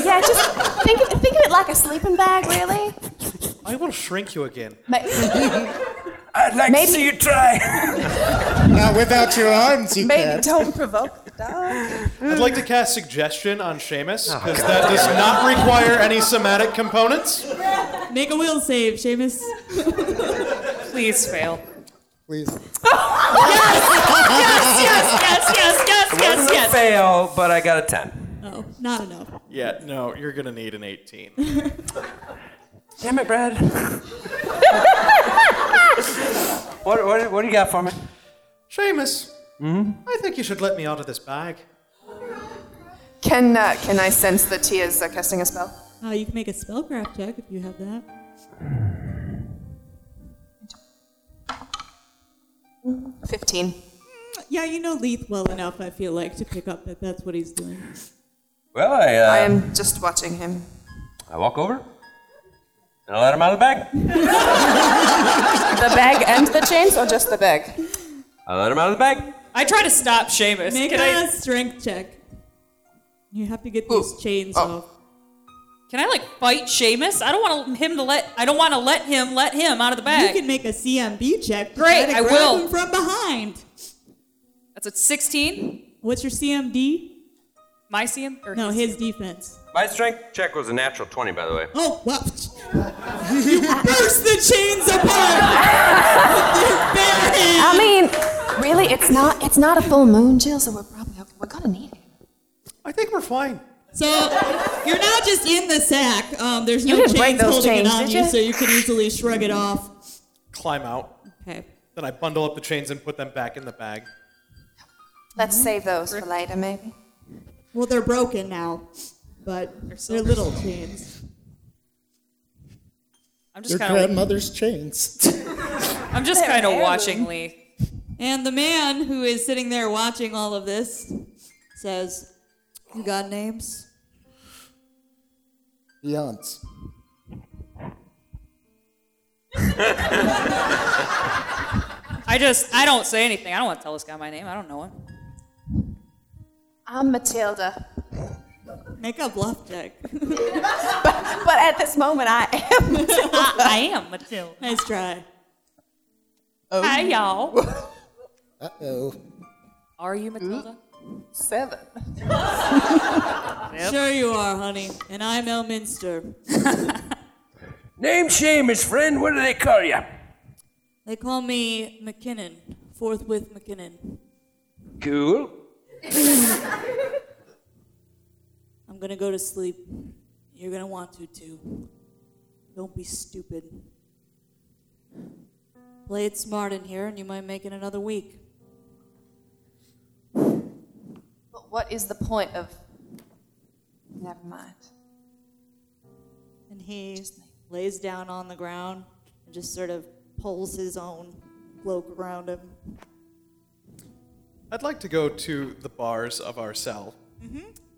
[SPEAKER 7] Yeah, just think of, think of it like a sleeping bag, really.
[SPEAKER 3] I will shrink you again.
[SPEAKER 7] Ma-
[SPEAKER 8] I'd like
[SPEAKER 7] Maybe-
[SPEAKER 8] to see you try.
[SPEAKER 5] Now, without your arms, you
[SPEAKER 7] Maybe
[SPEAKER 5] can.
[SPEAKER 7] don't provoke the dog.
[SPEAKER 3] I'd like to cast suggestion on Seamus, because that does not require any somatic components.
[SPEAKER 2] Make a will save, Seamus.
[SPEAKER 4] Please fail.
[SPEAKER 5] Please.
[SPEAKER 2] Yes, yes, yes, yes,
[SPEAKER 8] Wasn't a
[SPEAKER 2] yes.
[SPEAKER 8] fail, but I got a ten.
[SPEAKER 2] No, not enough.
[SPEAKER 3] Yeah, no, you're gonna need an 18.
[SPEAKER 8] Damn it, Brad. what, what what do you got for me?
[SPEAKER 3] Seamus, I think you should let me out of this bag.
[SPEAKER 7] Can uh, can I sense the tea is uh, casting a spell?
[SPEAKER 2] Uh, you can make a spellcraft check if you have that.
[SPEAKER 7] Fifteen.
[SPEAKER 2] Yeah, you know Leith well enough, I feel like, to pick up that that's what he's doing.
[SPEAKER 8] Well, I uh,
[SPEAKER 7] I am just watching him.
[SPEAKER 8] I walk over and I let him out of the bag.
[SPEAKER 7] The bag and the chains, or just the bag?
[SPEAKER 8] I let him out of the bag.
[SPEAKER 4] I try to stop Seamus.
[SPEAKER 2] Make
[SPEAKER 4] Can
[SPEAKER 2] a
[SPEAKER 4] I,
[SPEAKER 2] strength check. You have to get these chains
[SPEAKER 4] Oh.
[SPEAKER 2] off.
[SPEAKER 4] can I like fight Seamus? I don't want him to let. I don't want to let him let him out of the
[SPEAKER 2] You
[SPEAKER 4] bag.
[SPEAKER 2] can make a CMB check.
[SPEAKER 4] Great,
[SPEAKER 2] Try to
[SPEAKER 4] I
[SPEAKER 2] grab
[SPEAKER 4] will.
[SPEAKER 2] him from behind.
[SPEAKER 4] That's a 16.
[SPEAKER 2] What's your CMD?
[SPEAKER 4] My CM or
[SPEAKER 2] No, his defense.
[SPEAKER 6] My strength check was a natural 20, by the way.
[SPEAKER 2] Oh, wow. You burst the chains apart with your bare hand.
[SPEAKER 7] I mean, really, it's not it's not a full moon, Jill. So we're probably okay. we're gonna need it.
[SPEAKER 3] I think we're fine.
[SPEAKER 2] So you're now just in the sack. Um, there's
[SPEAKER 7] You
[SPEAKER 2] no
[SPEAKER 7] didn't break
[SPEAKER 2] chains
[SPEAKER 7] those
[SPEAKER 2] holding
[SPEAKER 7] chains,
[SPEAKER 2] it on
[SPEAKER 7] did
[SPEAKER 2] you,
[SPEAKER 7] you?
[SPEAKER 2] so you can easily shrug it off.
[SPEAKER 3] Climb out.
[SPEAKER 2] Okay.
[SPEAKER 3] Then I bundle up the chains and put them back in the bag.
[SPEAKER 7] Let's save those for later, maybe.
[SPEAKER 2] Well, they're broken now, but they're little chains.
[SPEAKER 4] I'm just
[SPEAKER 5] Your
[SPEAKER 4] kind of.
[SPEAKER 5] grandmother's chains.
[SPEAKER 4] I'm just kind of watching Lee.
[SPEAKER 2] And the man who is sitting there watching all of this says, "You got names?
[SPEAKER 5] Beyonds.
[SPEAKER 4] I just, I don't say anything. I don't want to tell this guy my name. I don't know him.
[SPEAKER 7] I'm Matilda.
[SPEAKER 2] Make a bluff check.
[SPEAKER 7] But at this moment, I am.
[SPEAKER 4] I, I am Matilda.
[SPEAKER 2] Nice try.
[SPEAKER 4] Hi, y'all.
[SPEAKER 5] Uh oh.
[SPEAKER 4] Are you Matilda?
[SPEAKER 7] Seven.
[SPEAKER 2] Sure you are, honey. And I'm Elminster.
[SPEAKER 8] Name Seamus, friend. What do they call you?
[SPEAKER 2] They call me McKinnon. Forthwith McKinnon.
[SPEAKER 8] Cool.
[SPEAKER 6] Oh
[SPEAKER 2] I'm gonna go to sleep. You're gonna want to too. Don't be stupid. Play it smart in here, and you might make it another week.
[SPEAKER 7] But what is the point of. Never mind.
[SPEAKER 2] And he lays down on the ground and just sort of pulls his own cloak around him.
[SPEAKER 3] I'd like to go to the bars of our cell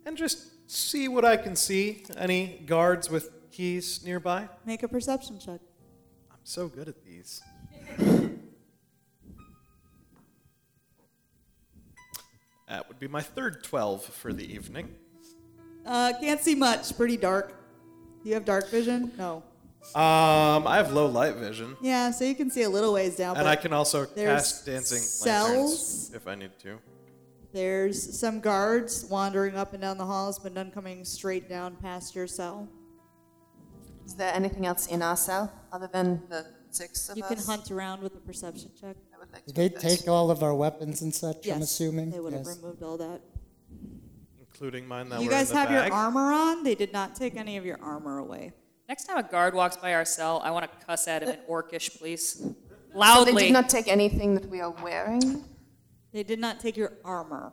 [SPEAKER 3] and just see what I can see. Any guards with keys nearby? I'm
[SPEAKER 2] Make a perception check.
[SPEAKER 3] so good at these. that would be my third 12 for the evening.
[SPEAKER 2] Uh, can't see much. Pretty dark. Do you have dark vision? No.
[SPEAKER 3] Um, I have low light vision.
[SPEAKER 2] Yeah, so you can see a little ways down.
[SPEAKER 3] And
[SPEAKER 2] but
[SPEAKER 3] I can also
[SPEAKER 2] there's
[SPEAKER 3] cast dancing
[SPEAKER 2] cells?
[SPEAKER 3] lanterns if I need to.
[SPEAKER 2] There's some guards wandering up and down the halls, but none coming straight down past your cell.
[SPEAKER 7] Is there anything else in our cell other than the six of
[SPEAKER 2] You
[SPEAKER 7] us?
[SPEAKER 2] can hunt around with a perception check.
[SPEAKER 7] I would like to
[SPEAKER 5] Did they
[SPEAKER 7] do this.
[SPEAKER 5] take all of our weapons and such,
[SPEAKER 2] Yes,
[SPEAKER 5] I'm assuming?
[SPEAKER 2] they would have
[SPEAKER 5] Yes.
[SPEAKER 2] removed all that.
[SPEAKER 3] Including mine that
[SPEAKER 2] you
[SPEAKER 3] were in
[SPEAKER 2] guys
[SPEAKER 3] the
[SPEAKER 2] have
[SPEAKER 3] bag.
[SPEAKER 2] your armor on. They did not take any of your armor away.
[SPEAKER 4] Next time a guard walks by our cell, I want to cuss at him in Orcish, please.
[SPEAKER 7] So
[SPEAKER 4] Loudly.
[SPEAKER 7] they did not take anything that we are wearing?
[SPEAKER 2] They did not take your armor.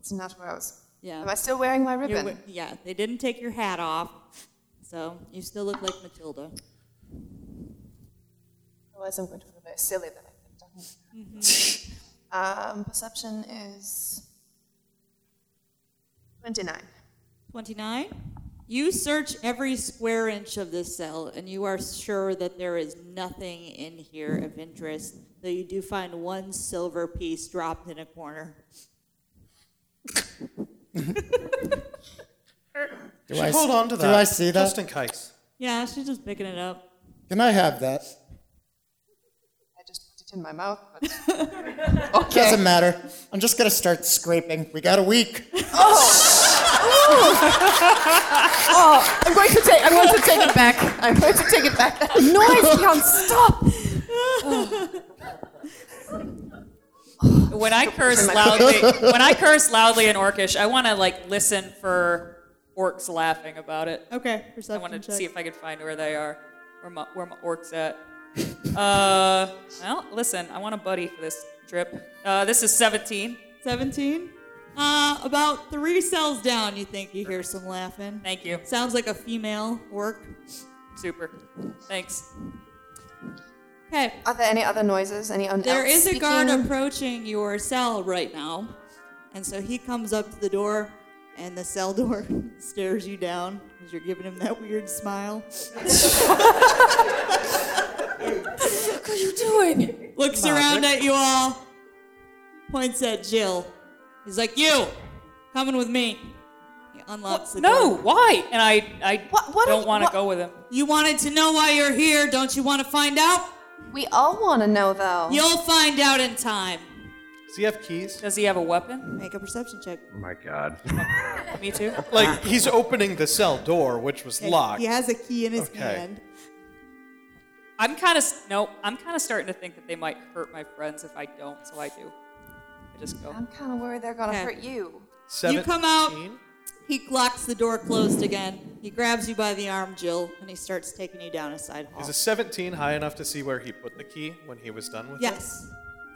[SPEAKER 7] It's not where I was.
[SPEAKER 2] Yeah.
[SPEAKER 7] Am I still wearing my
[SPEAKER 2] Your
[SPEAKER 7] ribbon?
[SPEAKER 2] wi- yeah, they didn't take your hat off, so you still look like Matilda.
[SPEAKER 7] Otherwise, I'm going to feel very silly that I done um, Perception is 29.
[SPEAKER 2] 29. You search every square inch of this cell, and you are sure that there is nothing in here of interest, though you do find one silver piece dropped in a corner.
[SPEAKER 5] Do I,
[SPEAKER 3] Hold on to that.
[SPEAKER 5] Do I see that?
[SPEAKER 3] Just in case.
[SPEAKER 2] Yeah, she's just picking it up.
[SPEAKER 5] Can I have that?
[SPEAKER 7] I just put it in my mouth, but
[SPEAKER 5] Doesn't matter. I'm just gonna start scraping. We got a week.
[SPEAKER 7] I'm going to take. I'm going to take it back. I'm going to take it back. That noise, Leon, stop!
[SPEAKER 4] When I curse
[SPEAKER 7] my-
[SPEAKER 4] loudly, when I curse loudly in Orcish, I want to like listen for orcs laughing about it.
[SPEAKER 2] Okay,
[SPEAKER 4] I
[SPEAKER 2] perception
[SPEAKER 4] want to
[SPEAKER 2] check.
[SPEAKER 4] see if I could find where they are, where my where my orcs at. Uh, well, listen, I want a buddy for this trip. Uh, this is 17.
[SPEAKER 2] 17. Uh, about three cells down, you think you hear some laughing.
[SPEAKER 4] Thank you.
[SPEAKER 2] Sounds like a female work.
[SPEAKER 4] Super. Thanks.
[SPEAKER 2] Okay,
[SPEAKER 7] Are there any other noises? Any un-
[SPEAKER 2] There
[SPEAKER 7] else
[SPEAKER 2] is a guard
[SPEAKER 7] speaking?
[SPEAKER 2] approaching your cell right now. And so he comes up to the door, and the cell door stares you down as you're giving him that weird smile.
[SPEAKER 9] What are you doing?
[SPEAKER 2] Looks around at you all, points at Jill. He's like, You, coming with me. He unlocks the
[SPEAKER 4] No,
[SPEAKER 2] door.
[SPEAKER 4] why? And I I
[SPEAKER 7] What- what
[SPEAKER 4] don't
[SPEAKER 7] if-
[SPEAKER 4] want to
[SPEAKER 7] what-
[SPEAKER 4] go with him.
[SPEAKER 2] You wanted to know why you're here. Don't you want to find out?
[SPEAKER 7] We all want to know, though.
[SPEAKER 2] You'll find out in time.
[SPEAKER 3] Does he have keys?
[SPEAKER 4] Does he have a weapon?
[SPEAKER 2] Make a perception check.
[SPEAKER 6] Oh my god.
[SPEAKER 4] Me too.
[SPEAKER 3] Like, he's opening the cell door, which was locked.
[SPEAKER 2] He has a key in his
[SPEAKER 3] Okay.
[SPEAKER 2] hand.
[SPEAKER 4] I'm kind of no. I'm kind of starting to think that they might hurt my friends if I don't. So I do. I just go.
[SPEAKER 7] I'm kind of worried they're gonna
[SPEAKER 2] Okay.
[SPEAKER 7] hurt you.
[SPEAKER 2] You come out.
[SPEAKER 3] 17?
[SPEAKER 2] He locks the door closed again. He grabs you by the arm, Jill, and he starts taking you down a side hall.
[SPEAKER 3] Is a 17 high enough to see where he put the key when he was done with it?
[SPEAKER 2] yes.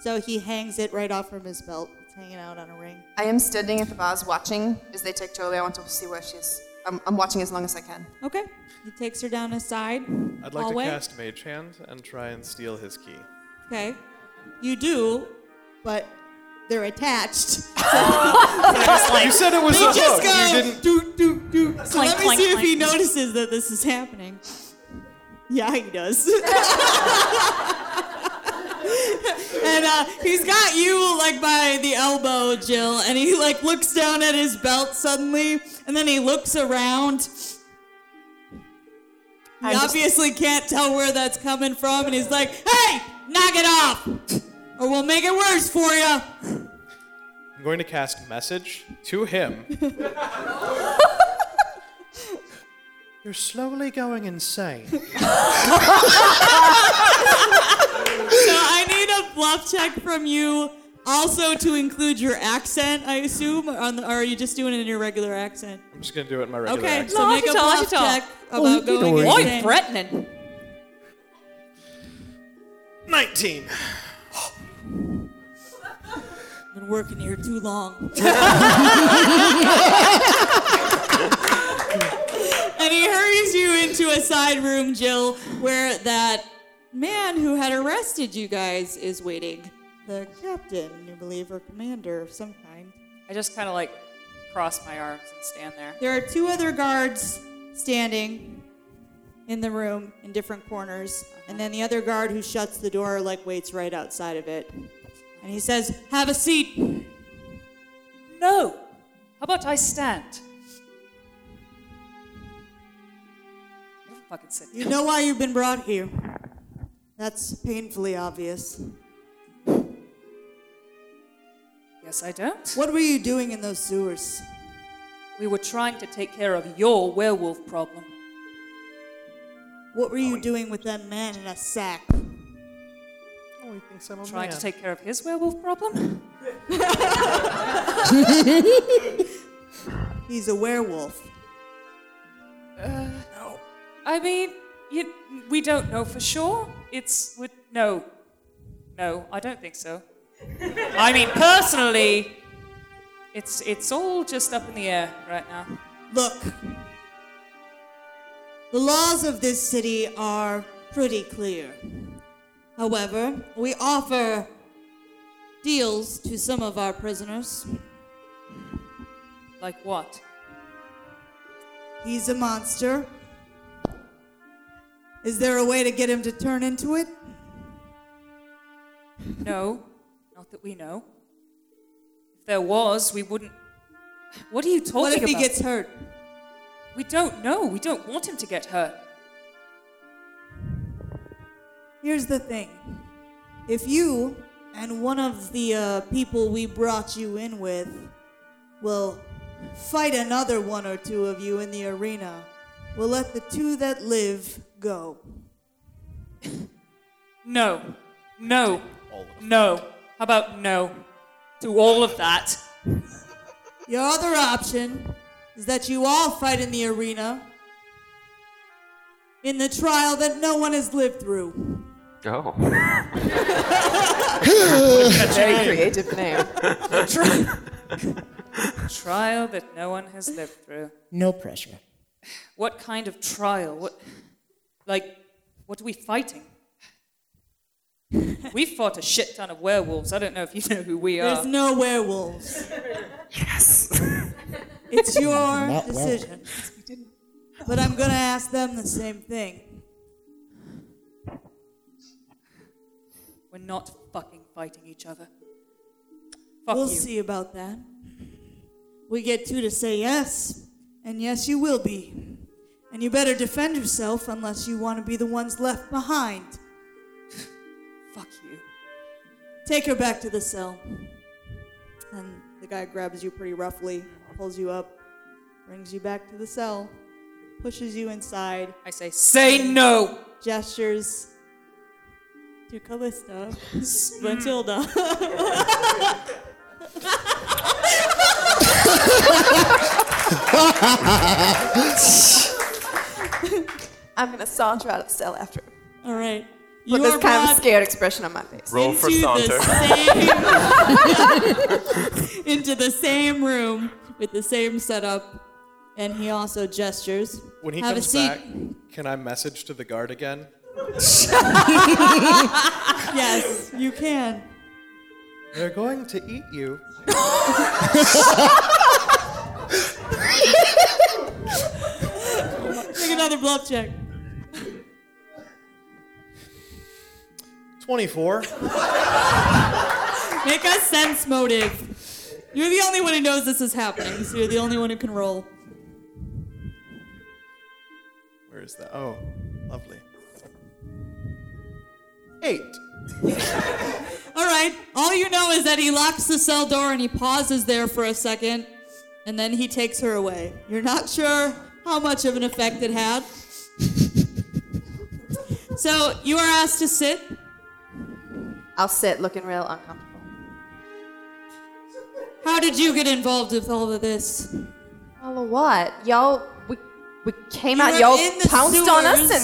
[SPEAKER 2] So he hangs it right off from his belt. It's hanging out on a ring.
[SPEAKER 7] I am standing at the bars watching as they take Jolie. I want to see where she is. I'm, I'm watching as long as I can.
[SPEAKER 2] Okay. He takes her down a side
[SPEAKER 3] I'd like
[SPEAKER 2] hallway.
[SPEAKER 3] to cast Mage Hand and try and steal his key.
[SPEAKER 2] Okay. You do, but they're attached.
[SPEAKER 3] you said it was
[SPEAKER 2] They
[SPEAKER 3] a
[SPEAKER 2] just
[SPEAKER 3] hook.
[SPEAKER 2] go
[SPEAKER 3] You didn't.
[SPEAKER 2] do do do. So
[SPEAKER 4] Clank,
[SPEAKER 2] let me
[SPEAKER 4] clank,
[SPEAKER 2] see if
[SPEAKER 4] clank.
[SPEAKER 2] he notices that this is happening. Yeah, he does. and uh, he's got you like by the elbow, Jill, and he like looks down at his belt suddenly, and then he looks around. He
[SPEAKER 7] I'm just-
[SPEAKER 2] obviously can't tell where that's coming from, and he's like, "Hey, knock it off, or we'll make it worse for you."
[SPEAKER 3] I'm going to cast message to him. You're slowly going insane.
[SPEAKER 2] So I need a bluff check from you, also to include your accent, I assume, on the, or are you just doing it in your regular accent?
[SPEAKER 3] I'm just gonna do it in my regular
[SPEAKER 2] Okay,
[SPEAKER 3] accent.
[SPEAKER 2] so
[SPEAKER 3] Oh,
[SPEAKER 4] No, I
[SPEAKER 2] make a
[SPEAKER 4] can tell, I
[SPEAKER 2] bluff
[SPEAKER 4] can tell.
[SPEAKER 2] check about going
[SPEAKER 5] doing?
[SPEAKER 4] Boy,
[SPEAKER 2] insane.
[SPEAKER 4] threatening.
[SPEAKER 3] 19.
[SPEAKER 2] I've been working here too long. and he hurries you into a side room, Jill, where that man who had arrested you guys is waiting. The captain, you believe, or commander of some kind.
[SPEAKER 4] I just kind of like cross my arms and stand there.
[SPEAKER 2] There are two other guards standing in the room in different corners, and then the other guard who shuts the door like waits right outside of it. And he says, "Have a seat."
[SPEAKER 4] No. How about I stand? Never fucking sit.
[SPEAKER 2] You know why you've been brought here. That's painfully obvious.
[SPEAKER 4] Yes, I don't.
[SPEAKER 2] What were you doing in those sewers?
[SPEAKER 4] We were trying to take care of your werewolf problem.
[SPEAKER 2] What were you doing with that man in a sack?
[SPEAKER 3] Oh,
[SPEAKER 4] Trying to take care of his werewolf problem?
[SPEAKER 2] He's a werewolf.
[SPEAKER 4] I mean, you, we don't know for sure. It's would no, no, I don't think so. I mean, personally, it's it's all just up in the air right now.
[SPEAKER 2] Look, the laws of this city are pretty clear. However, we offer deals to some of our prisoners.
[SPEAKER 4] Like what?
[SPEAKER 2] He's a monster. Is there a way to get him to turn into it?
[SPEAKER 4] No, not that we know. If there was, we wouldn't. What are you talking
[SPEAKER 2] What if he
[SPEAKER 4] about?
[SPEAKER 2] gets hurt?
[SPEAKER 4] We don't know. We don't want him to get hurt.
[SPEAKER 2] Here's the thing. If you and one of the uh, people we brought you in with will fight another one or two of you in the arena, we'll let the two that live go.
[SPEAKER 4] No, no, no. How about no to all of that?
[SPEAKER 2] Your other option is that you all fight in the arena in the trial that no one has lived through.
[SPEAKER 6] Go.
[SPEAKER 7] Very creative name.
[SPEAKER 4] trial that no one has lived through.
[SPEAKER 5] No pressure.
[SPEAKER 4] What kind of trial? What, like, what are we fighting? we fought a shit ton of werewolves. I don't know if you know who we are.
[SPEAKER 2] There's no werewolves. Yes. It's your
[SPEAKER 5] Not
[SPEAKER 2] decision. But I'm going to ask them the same thing.
[SPEAKER 4] We're not fucking fighting each other. Fuck
[SPEAKER 2] we'll
[SPEAKER 4] you.
[SPEAKER 2] see about that. We get two to say yes, and yes, you will be. And you better defend yourself unless you want to be the ones left behind.
[SPEAKER 4] Fuck you.
[SPEAKER 2] Take her back to the cell. And the guy grabs you pretty roughly, pulls you up, brings you back to the cell, pushes you inside,
[SPEAKER 4] I say, say no.
[SPEAKER 2] gestures to Callista, Matilda.
[SPEAKER 7] I'm gonna saunter out of the cell after.
[SPEAKER 2] All right. You
[SPEAKER 7] Put this
[SPEAKER 2] are
[SPEAKER 7] kind of
[SPEAKER 2] brought
[SPEAKER 7] a scared expression on my face.
[SPEAKER 6] Roll for
[SPEAKER 2] into
[SPEAKER 6] saunter.
[SPEAKER 2] the same into the same room with the same setup, and he also gestures.
[SPEAKER 3] When he
[SPEAKER 2] Have a
[SPEAKER 3] comes
[SPEAKER 2] seat.
[SPEAKER 3] back, can I message to the guard again?
[SPEAKER 2] Yes, you can.
[SPEAKER 3] They're going to eat you.
[SPEAKER 2] Make another bluff check.
[SPEAKER 3] 24.
[SPEAKER 2] Make us sense motive. You're the only one who knows this is happening, so you're the only one who can roll.
[SPEAKER 3] Where is that? Oh, lovely. Eight.
[SPEAKER 2] All right. All you know is that he locks the cell door and he pauses there for a second, and then he takes her away. You're not sure how much of an effect it had. So you are asked to sit.
[SPEAKER 7] I'll sit looking real uncomfortable.
[SPEAKER 2] How did you get involved with all of this?
[SPEAKER 7] Oh, what? Y'all, we, we came
[SPEAKER 2] You
[SPEAKER 7] out,
[SPEAKER 2] were
[SPEAKER 7] y'all
[SPEAKER 2] in the
[SPEAKER 7] pounced on us
[SPEAKER 2] sewers
[SPEAKER 7] and.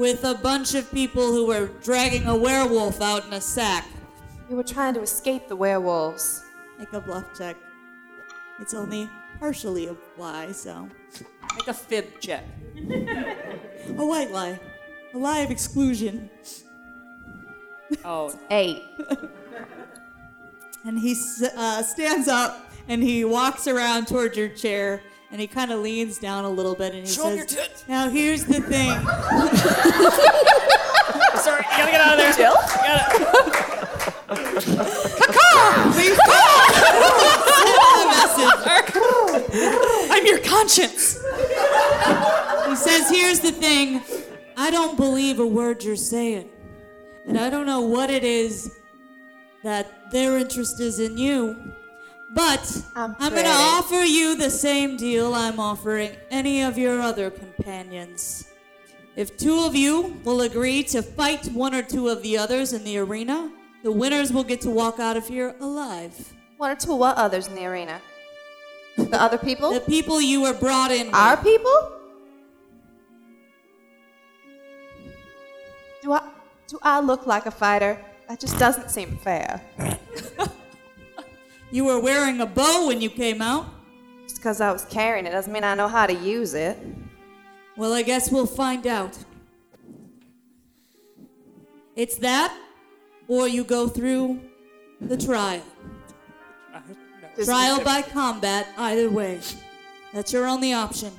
[SPEAKER 2] with a bunch of people who were dragging a werewolf out in a sack.
[SPEAKER 7] We were trying to escape the werewolves.
[SPEAKER 2] Make a bluff check. It's only partially a lie, so
[SPEAKER 4] Make a fib check.
[SPEAKER 2] a white lie, a lie of exclusion.
[SPEAKER 4] Oh,
[SPEAKER 7] Eight.
[SPEAKER 2] And he s- uh, stands up and he walks around toward your chair and he kind of leans down a little bit and he
[SPEAKER 8] Show 'em
[SPEAKER 2] says,
[SPEAKER 8] your tits.
[SPEAKER 2] "Now here's the thing."
[SPEAKER 4] sorry. You gotta get out of there.
[SPEAKER 7] Jill?
[SPEAKER 4] I'm your conscience.
[SPEAKER 2] He says, Here's the thing. I don't believe a word you're saying. And I don't know what it is that their interest is in you. But
[SPEAKER 7] I'm
[SPEAKER 2] going to
[SPEAKER 7] pretty.
[SPEAKER 2] offer you the same deal I'm offering any of your other companions. If two of you will agree to fight one or two of the others in the arena, the winners will get to walk out of here alive.
[SPEAKER 7] One or two what others in the arena? The other people?
[SPEAKER 2] The people you were brought in with.
[SPEAKER 7] Oh. Our people? Do I, do I look like a fighter? That just doesn't seem fair.
[SPEAKER 2] you were wearing a bow when you came out.
[SPEAKER 7] Just because I was carrying it doesn't mean I know how to use it.
[SPEAKER 2] Well, I guess we'll find out. It's that, or you go through the trial. Trial by combat, either way. That's your only option.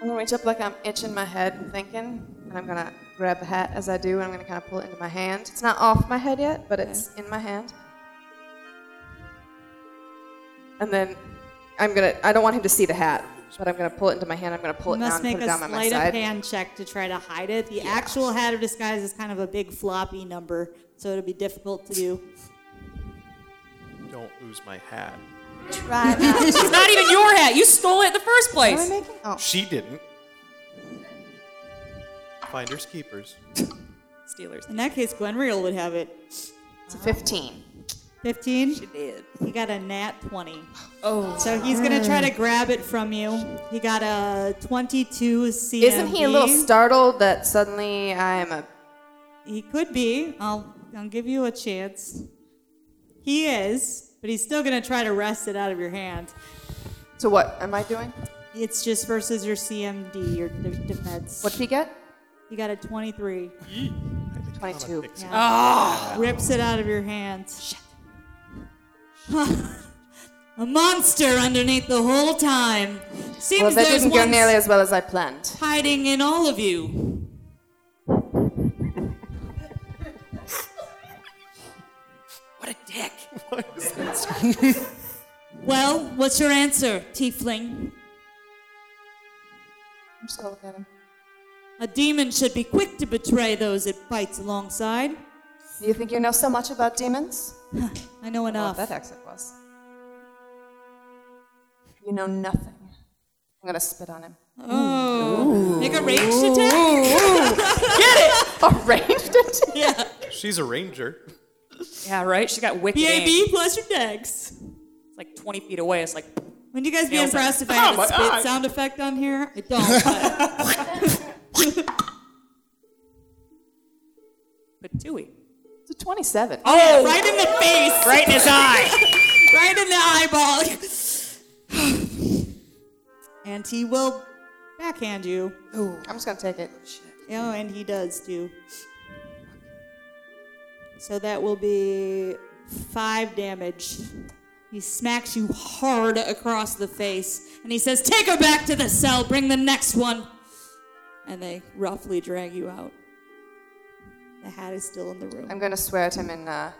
[SPEAKER 7] I'm gonna reach up like I'm itching my head and thinking, and I'm gonna grab the hat as I do, and I'm gonna kind of pull it into my hand. It's not off my head yet, but it's in my hand. And then I'm gonna, I don't want him to see the hat, but I'm gonna pull it into my hand, I'm gonna pull
[SPEAKER 2] You
[SPEAKER 7] it down
[SPEAKER 2] must make
[SPEAKER 7] and put it
[SPEAKER 2] a
[SPEAKER 7] down by my
[SPEAKER 2] sleight of
[SPEAKER 7] side.
[SPEAKER 2] hand check to try to hide it. The actual hat of disguise is kind of a big floppy number, so it'll be difficult to do.
[SPEAKER 3] Don't lose my hat.
[SPEAKER 4] It's not even your hat. You stole it in the first
[SPEAKER 7] Am I
[SPEAKER 4] place.
[SPEAKER 7] making? Oh,
[SPEAKER 3] She didn't. Finders keepers.
[SPEAKER 4] Steelers.
[SPEAKER 2] In that case, Gwenriel would have it.
[SPEAKER 7] it's a 15.
[SPEAKER 2] 15? She did. He got a nat 20. Oh. So he's going to try to grab it from you. He got a 22 CMB.
[SPEAKER 7] Isn't he a little startled that suddenly I'm a?
[SPEAKER 2] He could be. I'll, I'll give you a chance. He is, but he's still going to try to wrest it out of your hand.
[SPEAKER 7] So what am I doing?
[SPEAKER 2] It's just versus your CMD, your de- defense.
[SPEAKER 7] What did he get?
[SPEAKER 2] He got a 23.
[SPEAKER 7] 22.
[SPEAKER 2] Rips it out of your hand. a monster underneath the whole time. Seems
[SPEAKER 7] Well, that
[SPEAKER 2] there's
[SPEAKER 7] didn't go
[SPEAKER 2] one
[SPEAKER 7] nearly as well as I planned.
[SPEAKER 2] hiding in all of you.
[SPEAKER 8] What a dick.
[SPEAKER 2] Well, what's your answer, tiefling?
[SPEAKER 7] I'm just gonna look at him.
[SPEAKER 2] A demon should be quick to betray those it fights alongside.
[SPEAKER 7] Do you think you know so much about demons?
[SPEAKER 2] I know
[SPEAKER 7] I don't know what
[SPEAKER 2] enough.
[SPEAKER 7] that accent was. You know nothing. I'm gonna spit on him.
[SPEAKER 2] Make a ranged attack?
[SPEAKER 7] Arranged it.
[SPEAKER 2] Yeah.
[SPEAKER 3] She's a ranger.
[SPEAKER 4] Yeah, right. She got wicked. aim.
[SPEAKER 2] BAB plus your dex.
[SPEAKER 4] It's like 20 feet away. It's like
[SPEAKER 2] Would you guys be
[SPEAKER 4] Nails
[SPEAKER 2] impressed if
[SPEAKER 4] it.
[SPEAKER 2] I had a spit sound effect on here? I don't. but-
[SPEAKER 4] patooey.
[SPEAKER 7] It's a 27.
[SPEAKER 4] Oh,
[SPEAKER 2] right in the face.
[SPEAKER 4] right in his eye.
[SPEAKER 2] right in the eyeball. and he will backhand you.
[SPEAKER 7] I'm just gonna take it.
[SPEAKER 2] Oh, and he does too. So that will be five damage. He smacks you hard across the face, and he says, "Take her back to the cell. Bring the next one." And they roughly drag you out. The hat is still in the room.
[SPEAKER 7] I'm going to swear at him in uh,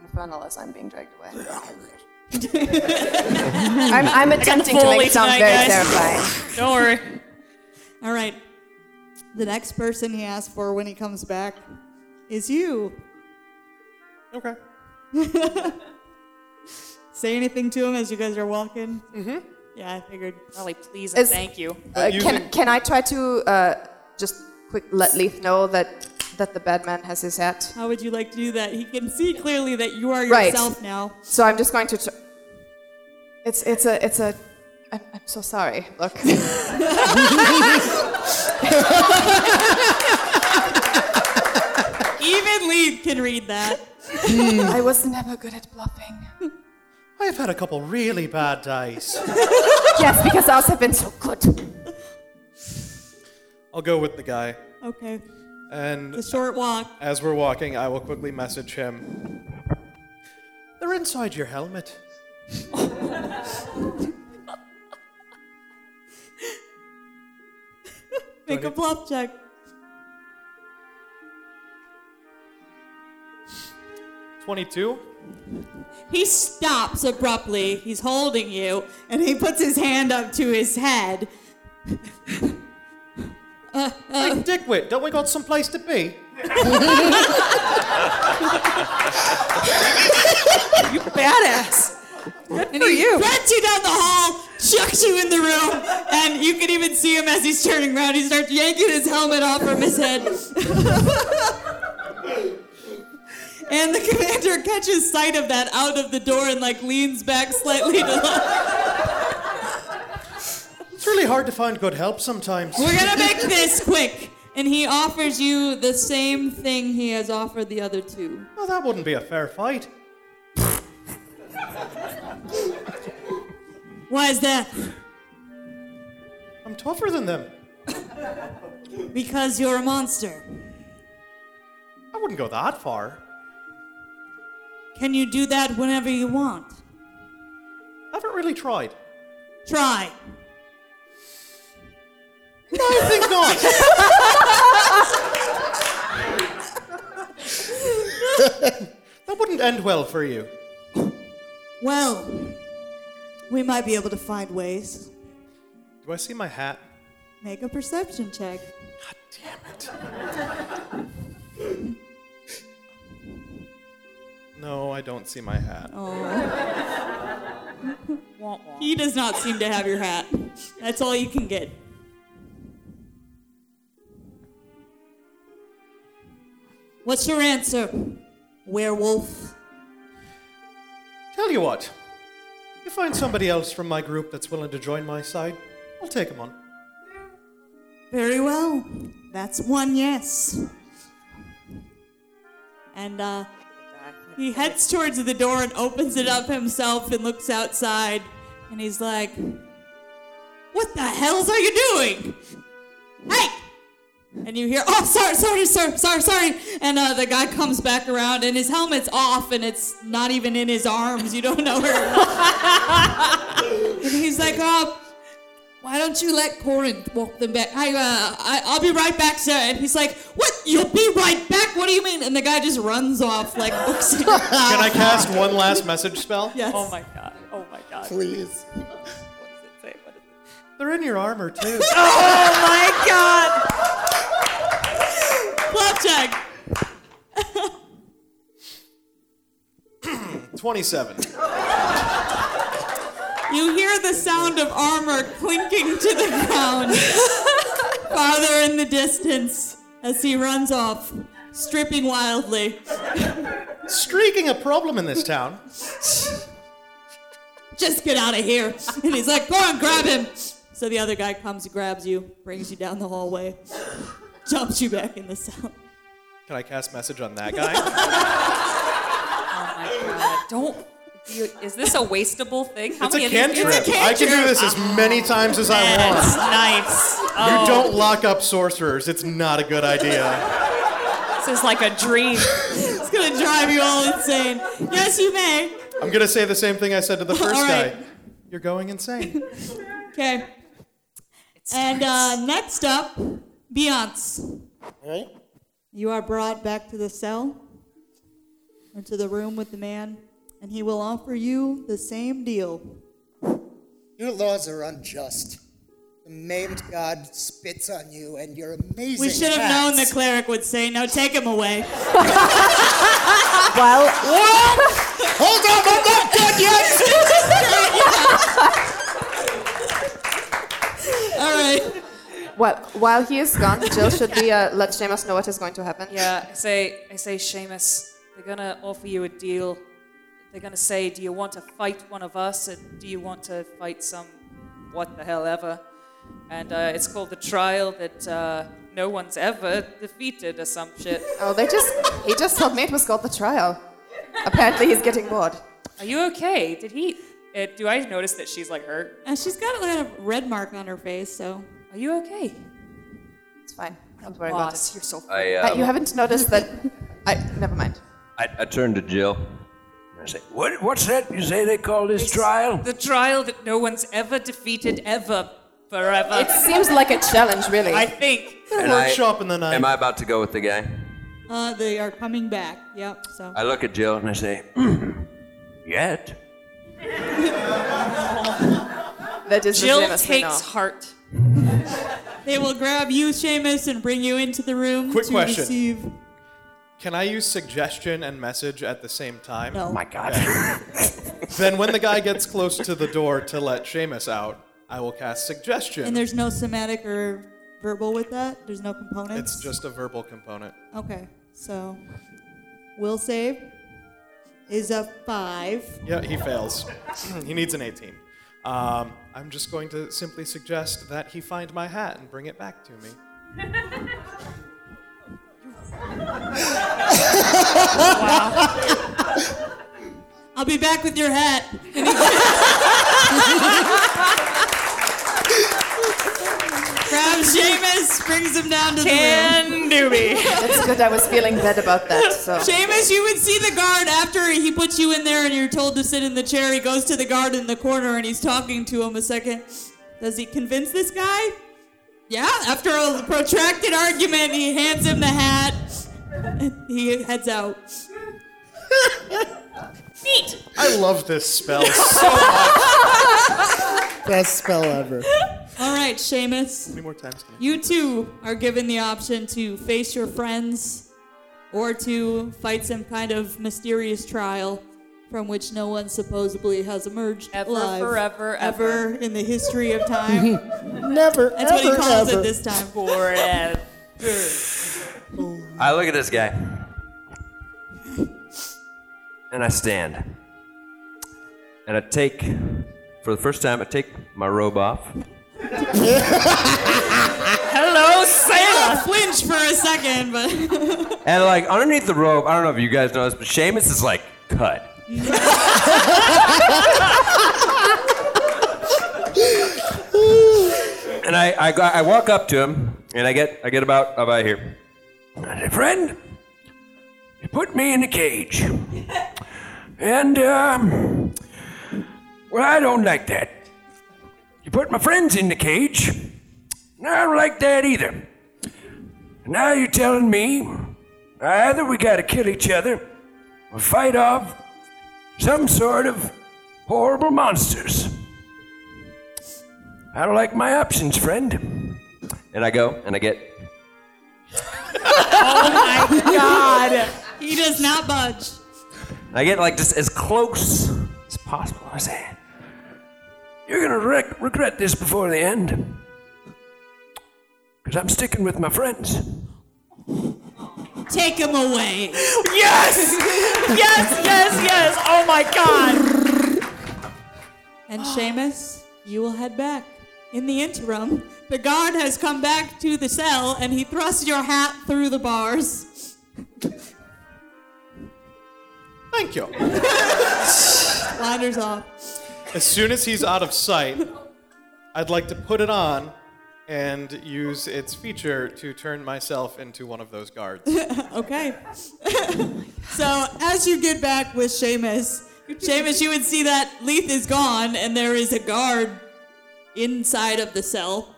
[SPEAKER 7] Infernal as I'm being dragged away. I'm, I'm attempting to
[SPEAKER 4] Foley
[SPEAKER 7] make it sound
[SPEAKER 4] tonight,
[SPEAKER 7] very
[SPEAKER 4] guys.
[SPEAKER 7] terrifying.
[SPEAKER 4] Don't worry.
[SPEAKER 2] All right. The next person he asks for when he comes back is you.
[SPEAKER 3] Okay.
[SPEAKER 2] Say anything to him as you guys are walking. Mm-hmm. Yeah, I figured.
[SPEAKER 4] Molly, please and
[SPEAKER 7] Is-
[SPEAKER 4] thank you.
[SPEAKER 7] Uh,
[SPEAKER 3] using-
[SPEAKER 7] can, can I try to uh, just quick let Leith know that, that the bad man has his hat?
[SPEAKER 2] How would you like to do that? He can see clearly that you are
[SPEAKER 7] Right.
[SPEAKER 2] yourself now.
[SPEAKER 7] So I'm just going to. Tr- it's it's a it's a. I'm, I'm so sorry. Look.
[SPEAKER 2] Even Lee can read that.
[SPEAKER 9] I was never good at bluffing.
[SPEAKER 3] I've had a couple really bad days.
[SPEAKER 7] yes, because ours have been so good.
[SPEAKER 3] I'll go with the guy.
[SPEAKER 2] Okay. The
[SPEAKER 3] And
[SPEAKER 2] short walk.
[SPEAKER 3] as we're walking, I will quickly message him. They're inside your helmet.
[SPEAKER 2] Make a bluff check.
[SPEAKER 3] Twenty-two.
[SPEAKER 2] He stops abruptly. He's holding you, and he puts his hand up to his head.
[SPEAKER 3] Hey, Dickwit, don't we got some place to be?
[SPEAKER 4] Badass.
[SPEAKER 2] And he runs you down the hall, chucks you in the room, and you can even see him as he's turning around. He starts yanking his helmet off from his head. and the commander catches sight of that out of the door and like leans back slightly to look.
[SPEAKER 3] It's really hard to find good help sometimes.
[SPEAKER 2] We're gonna make this quick. And he offers you the same thing he has offered the other two.
[SPEAKER 3] Oh, that wouldn't be a fair fight.
[SPEAKER 2] Why is that?
[SPEAKER 3] I'm tougher than them.
[SPEAKER 2] Because you're a monster.
[SPEAKER 3] I wouldn't go that far.
[SPEAKER 2] Can you do that whenever you want?
[SPEAKER 3] I haven't really tried.
[SPEAKER 2] Try.
[SPEAKER 3] No, I think not. that wouldn't end well for you.
[SPEAKER 2] Well, we might be able to find ways.
[SPEAKER 3] Do I see my hat?
[SPEAKER 2] Make a perception check.
[SPEAKER 3] Damn it. No, I don't see my hat.
[SPEAKER 4] Womp womp.
[SPEAKER 2] He does not seem to have your hat. That's all you can get. What's your answer, werewolf?
[SPEAKER 3] Tell you what. You find somebody else from my group that's willing to join my side, I'll take him on.
[SPEAKER 2] Very well. That's one yes. And uh, he heads towards the door and opens it up himself and looks outside. And he's like, What the hells are you doing? Hey! And you hear, Oh, sorry, sorry, sir, sorry, sorry. And uh, the guy comes back around and his helmet's off and it's not even in his arms. You don't know where. and he's like, Oh, why don't you let Corin walk them back? I, uh, I, I'll be right back, sir. And he's like, what? You'll be right back? What do you mean? And the guy just runs off like books.
[SPEAKER 3] Can I cast one last message spell?
[SPEAKER 2] yes.
[SPEAKER 4] Oh my god. Oh my god.
[SPEAKER 5] Please.
[SPEAKER 4] What does it say? What does it
[SPEAKER 3] They're in your armor too.
[SPEAKER 4] Oh my god.
[SPEAKER 2] Flapjack.
[SPEAKER 3] 27.
[SPEAKER 2] You hear the sound of armor clinking to the ground farther in the distance as he runs off, stripping wildly.
[SPEAKER 3] Streaking a problem in this town.
[SPEAKER 2] Just get out of here. And he's like, go on, grab him. So the other guy comes, grabs you, brings you down the hallway, jumps you back in the cell.
[SPEAKER 3] Can I cast message on that guy?
[SPEAKER 4] Oh my god. Don't. You, is this a wastable thing? How
[SPEAKER 3] It's
[SPEAKER 4] many
[SPEAKER 3] a
[SPEAKER 4] of these-
[SPEAKER 3] cantrip. Uh,
[SPEAKER 4] It's a
[SPEAKER 3] I can do
[SPEAKER 4] cantrip.
[SPEAKER 3] this as many times as I want.
[SPEAKER 4] That's nice. Oh,
[SPEAKER 3] You don't lock up sorcerers. It's not a good idea.
[SPEAKER 4] this is like a dream.
[SPEAKER 2] It's gonna drive you all insane. Yes, you may.
[SPEAKER 3] I'm gonna say the same thing I said to the first
[SPEAKER 2] All right.
[SPEAKER 3] guy. You're going insane.
[SPEAKER 2] Okay. And uh, next up, Beyonce.
[SPEAKER 5] All right.
[SPEAKER 2] You are brought back to the cell or to the room with the man, and he will offer you the same deal.
[SPEAKER 5] Your laws are unjust. The maimed god spits on you, and your amazing.
[SPEAKER 2] We should have known the
[SPEAKER 5] acts-
[SPEAKER 2] cleric would say, "No, take him away."
[SPEAKER 10] Well,
[SPEAKER 5] What? Hold on, I'm not done yet.
[SPEAKER 2] All right.
[SPEAKER 7] Well, while he is gone, Jill should be uh, let Seamus know what is going to happen.
[SPEAKER 4] Yeah, I say, I say, Seamus, they're gonna offer you a deal. They're gonna say, do you want to fight one of us, or do you want to fight some what the hell ever? And uh, it's called the trial that uh, no one's ever defeated or some shit.
[SPEAKER 7] Oh, they just he just told me it was called the trial. Apparently, he's getting bored.
[SPEAKER 4] Are you okay? Did he? Uh, do I notice that she's like hurt?
[SPEAKER 2] And Uh, she's got a little red mark on her face, so
[SPEAKER 4] Are you okay?
[SPEAKER 7] It's fine. Don't worry about
[SPEAKER 4] Boss,
[SPEAKER 7] it.
[SPEAKER 4] you're so.
[SPEAKER 6] I,
[SPEAKER 7] But you
[SPEAKER 6] uh,
[SPEAKER 7] haven't noticed that. I never mind.
[SPEAKER 6] I, I turned to Jill.
[SPEAKER 8] I say, what, what's that you say they call this trial?
[SPEAKER 4] The trial that no one's ever defeated ever, forever.
[SPEAKER 7] It seems like a challenge, really.
[SPEAKER 4] I think.
[SPEAKER 6] And I-
[SPEAKER 3] workshop in the night.
[SPEAKER 6] Am I about to go with the gang?
[SPEAKER 2] uh, they are coming back. Yep. So
[SPEAKER 6] I look at Jill and I say, "Mm-hmm.
[SPEAKER 8] Yet.
[SPEAKER 7] that is the
[SPEAKER 4] Jill
[SPEAKER 7] Seamus we know.
[SPEAKER 4] takes heart.
[SPEAKER 2] they will grab you, Seamus, and bring you into the room
[SPEAKER 3] Quick
[SPEAKER 2] to
[SPEAKER 3] question.
[SPEAKER 2] receive.
[SPEAKER 3] Can I use suggestion and message at the same time?
[SPEAKER 2] No.
[SPEAKER 8] My God.
[SPEAKER 3] Then when the guy gets close to the door to let Seamus out, I will cast
[SPEAKER 2] And
[SPEAKER 3] suggestion.
[SPEAKER 2] there's no somatic or verbal with that. There's no components.
[SPEAKER 3] It's just a verbal component.
[SPEAKER 2] okay. So, will save is a five.
[SPEAKER 3] Yeah, he fails. he needs an 18. Um, I'm just going to simply suggest that he find my hat and bring it back to me.
[SPEAKER 2] I'll be back with your hat. Grabs Seamus, brings him down to the room.
[SPEAKER 4] And doobie.
[SPEAKER 7] That's good. I was feeling bad about that. So
[SPEAKER 2] Seamus, you would see the guard after he puts you in there and you're told to sit in the chair. He goes to the guard in the corner and he's talking to him a second. Does he convince this guy? Yeah, after a protracted argument, he hands him the hat. He heads out.
[SPEAKER 3] I love this spell. So
[SPEAKER 5] Best spell ever.
[SPEAKER 2] All right, Seamus.
[SPEAKER 3] many more times can I?
[SPEAKER 2] You two are given the option to face your friends or to fight some kind of mysterious trial from which no one supposedly has emerged
[SPEAKER 4] Ever,
[SPEAKER 2] alive.
[SPEAKER 4] forever,
[SPEAKER 2] ever in the history of time.
[SPEAKER 5] Never,
[SPEAKER 2] That's what
[SPEAKER 5] ever,
[SPEAKER 2] he calls
[SPEAKER 5] ever.
[SPEAKER 2] it this time.
[SPEAKER 4] Forever.
[SPEAKER 6] I look at this guy. And I stand. And I take, for the first time, I take my robe off.
[SPEAKER 4] Hello, sailor.
[SPEAKER 2] Flinch for a second, but
[SPEAKER 6] And like underneath the robe, I don't know if you guys know this, but Seamus is like cut. and I, I, go- I walk up to him and I get I get about about here.
[SPEAKER 8] I say, friend, you put me in a cage. And, um, well, I don't like that. You put my friends in the cage. and I don't like that either. Now you're telling me either we gotta kill each other or fight off some sort of horrible monsters. I don't like my options, friend.
[SPEAKER 6] And I go and I get
[SPEAKER 2] he does not budge.
[SPEAKER 6] I get like just as close as possible. I say,
[SPEAKER 8] You're gonna rec- regret this before the end. Because I'm sticking with my friends.
[SPEAKER 2] Take him away.
[SPEAKER 4] Yes! yes, yes, yes. Oh my god.
[SPEAKER 2] And Seamus, you will head back. In the interim, the guard has come back to the cell and he thrusts your hat through the bars.
[SPEAKER 3] Thank you.
[SPEAKER 2] Blinders off.
[SPEAKER 3] As soon as he's out of sight, I'd like to put it on and use its feature to turn myself into one of those guards.
[SPEAKER 2] Okay. so as you get back with Seamus, Seamus, you would see that Leith is gone and there is a guard inside of the cell.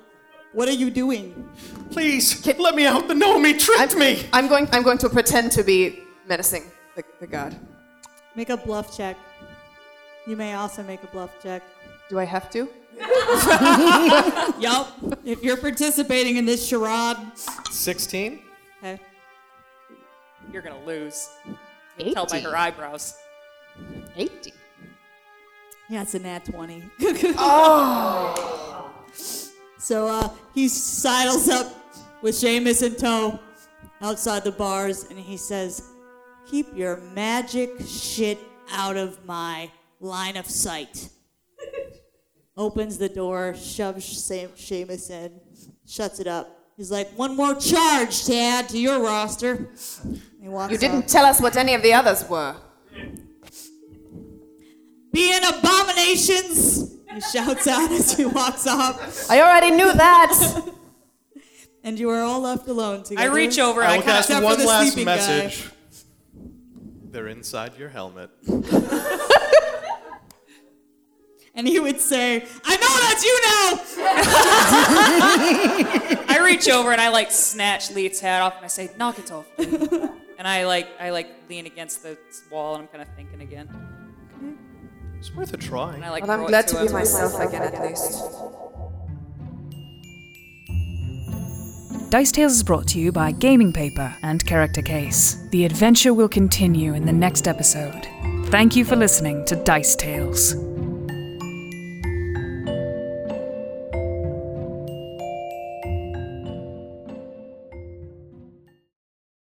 [SPEAKER 2] What are you doing?
[SPEAKER 3] Please, let me out. The Nomi tricked me.
[SPEAKER 7] I'm going. I'm going to pretend to be menacing the, the god.
[SPEAKER 2] Make a bluff check. You may also make a bluff check.
[SPEAKER 7] Do I have to?
[SPEAKER 2] Yup. if you're participating in this charade,
[SPEAKER 3] 16?
[SPEAKER 2] okay.
[SPEAKER 4] You're gonna lose. You can tell by her eyebrows.
[SPEAKER 10] 80.
[SPEAKER 2] Yeah, it's a nat 20. So uh, he sidles up with Seamus in tow outside the bars and he says, Keep your magic shit out of my line of sight. Opens the door, shoves Se- Seamus in, shuts it up. He's like, One more charge to add to your roster. He walks
[SPEAKER 7] You
[SPEAKER 2] out.
[SPEAKER 7] didn't tell us what any of the others were.
[SPEAKER 2] Be in abominations! He shouts out as he walks off,
[SPEAKER 7] I already knew that.
[SPEAKER 2] and you are all left alone
[SPEAKER 4] I
[SPEAKER 2] together.
[SPEAKER 4] reach over.
[SPEAKER 3] I
[SPEAKER 4] I
[SPEAKER 3] will
[SPEAKER 4] kind
[SPEAKER 3] cast
[SPEAKER 2] except for
[SPEAKER 3] one
[SPEAKER 2] the
[SPEAKER 3] last
[SPEAKER 2] sleeping guy.
[SPEAKER 3] message. They're inside your helmet.
[SPEAKER 2] and he would say, I know that's you now!
[SPEAKER 4] of, I reach over and I like snatch Leet's hat off and I say, "Knock it off." dude." and I like I like lean against the wall and I'm kind of thinking again.
[SPEAKER 3] It's worth a try.
[SPEAKER 4] And I like.
[SPEAKER 7] Well, I'm
[SPEAKER 4] throw it
[SPEAKER 7] glad to be
[SPEAKER 4] him.
[SPEAKER 7] myself again at least.
[SPEAKER 1] Dice Tales is brought to you by Gaming Paper and Character Case. The adventure will continue in the next episode. Thank you for listening to Dice Tales.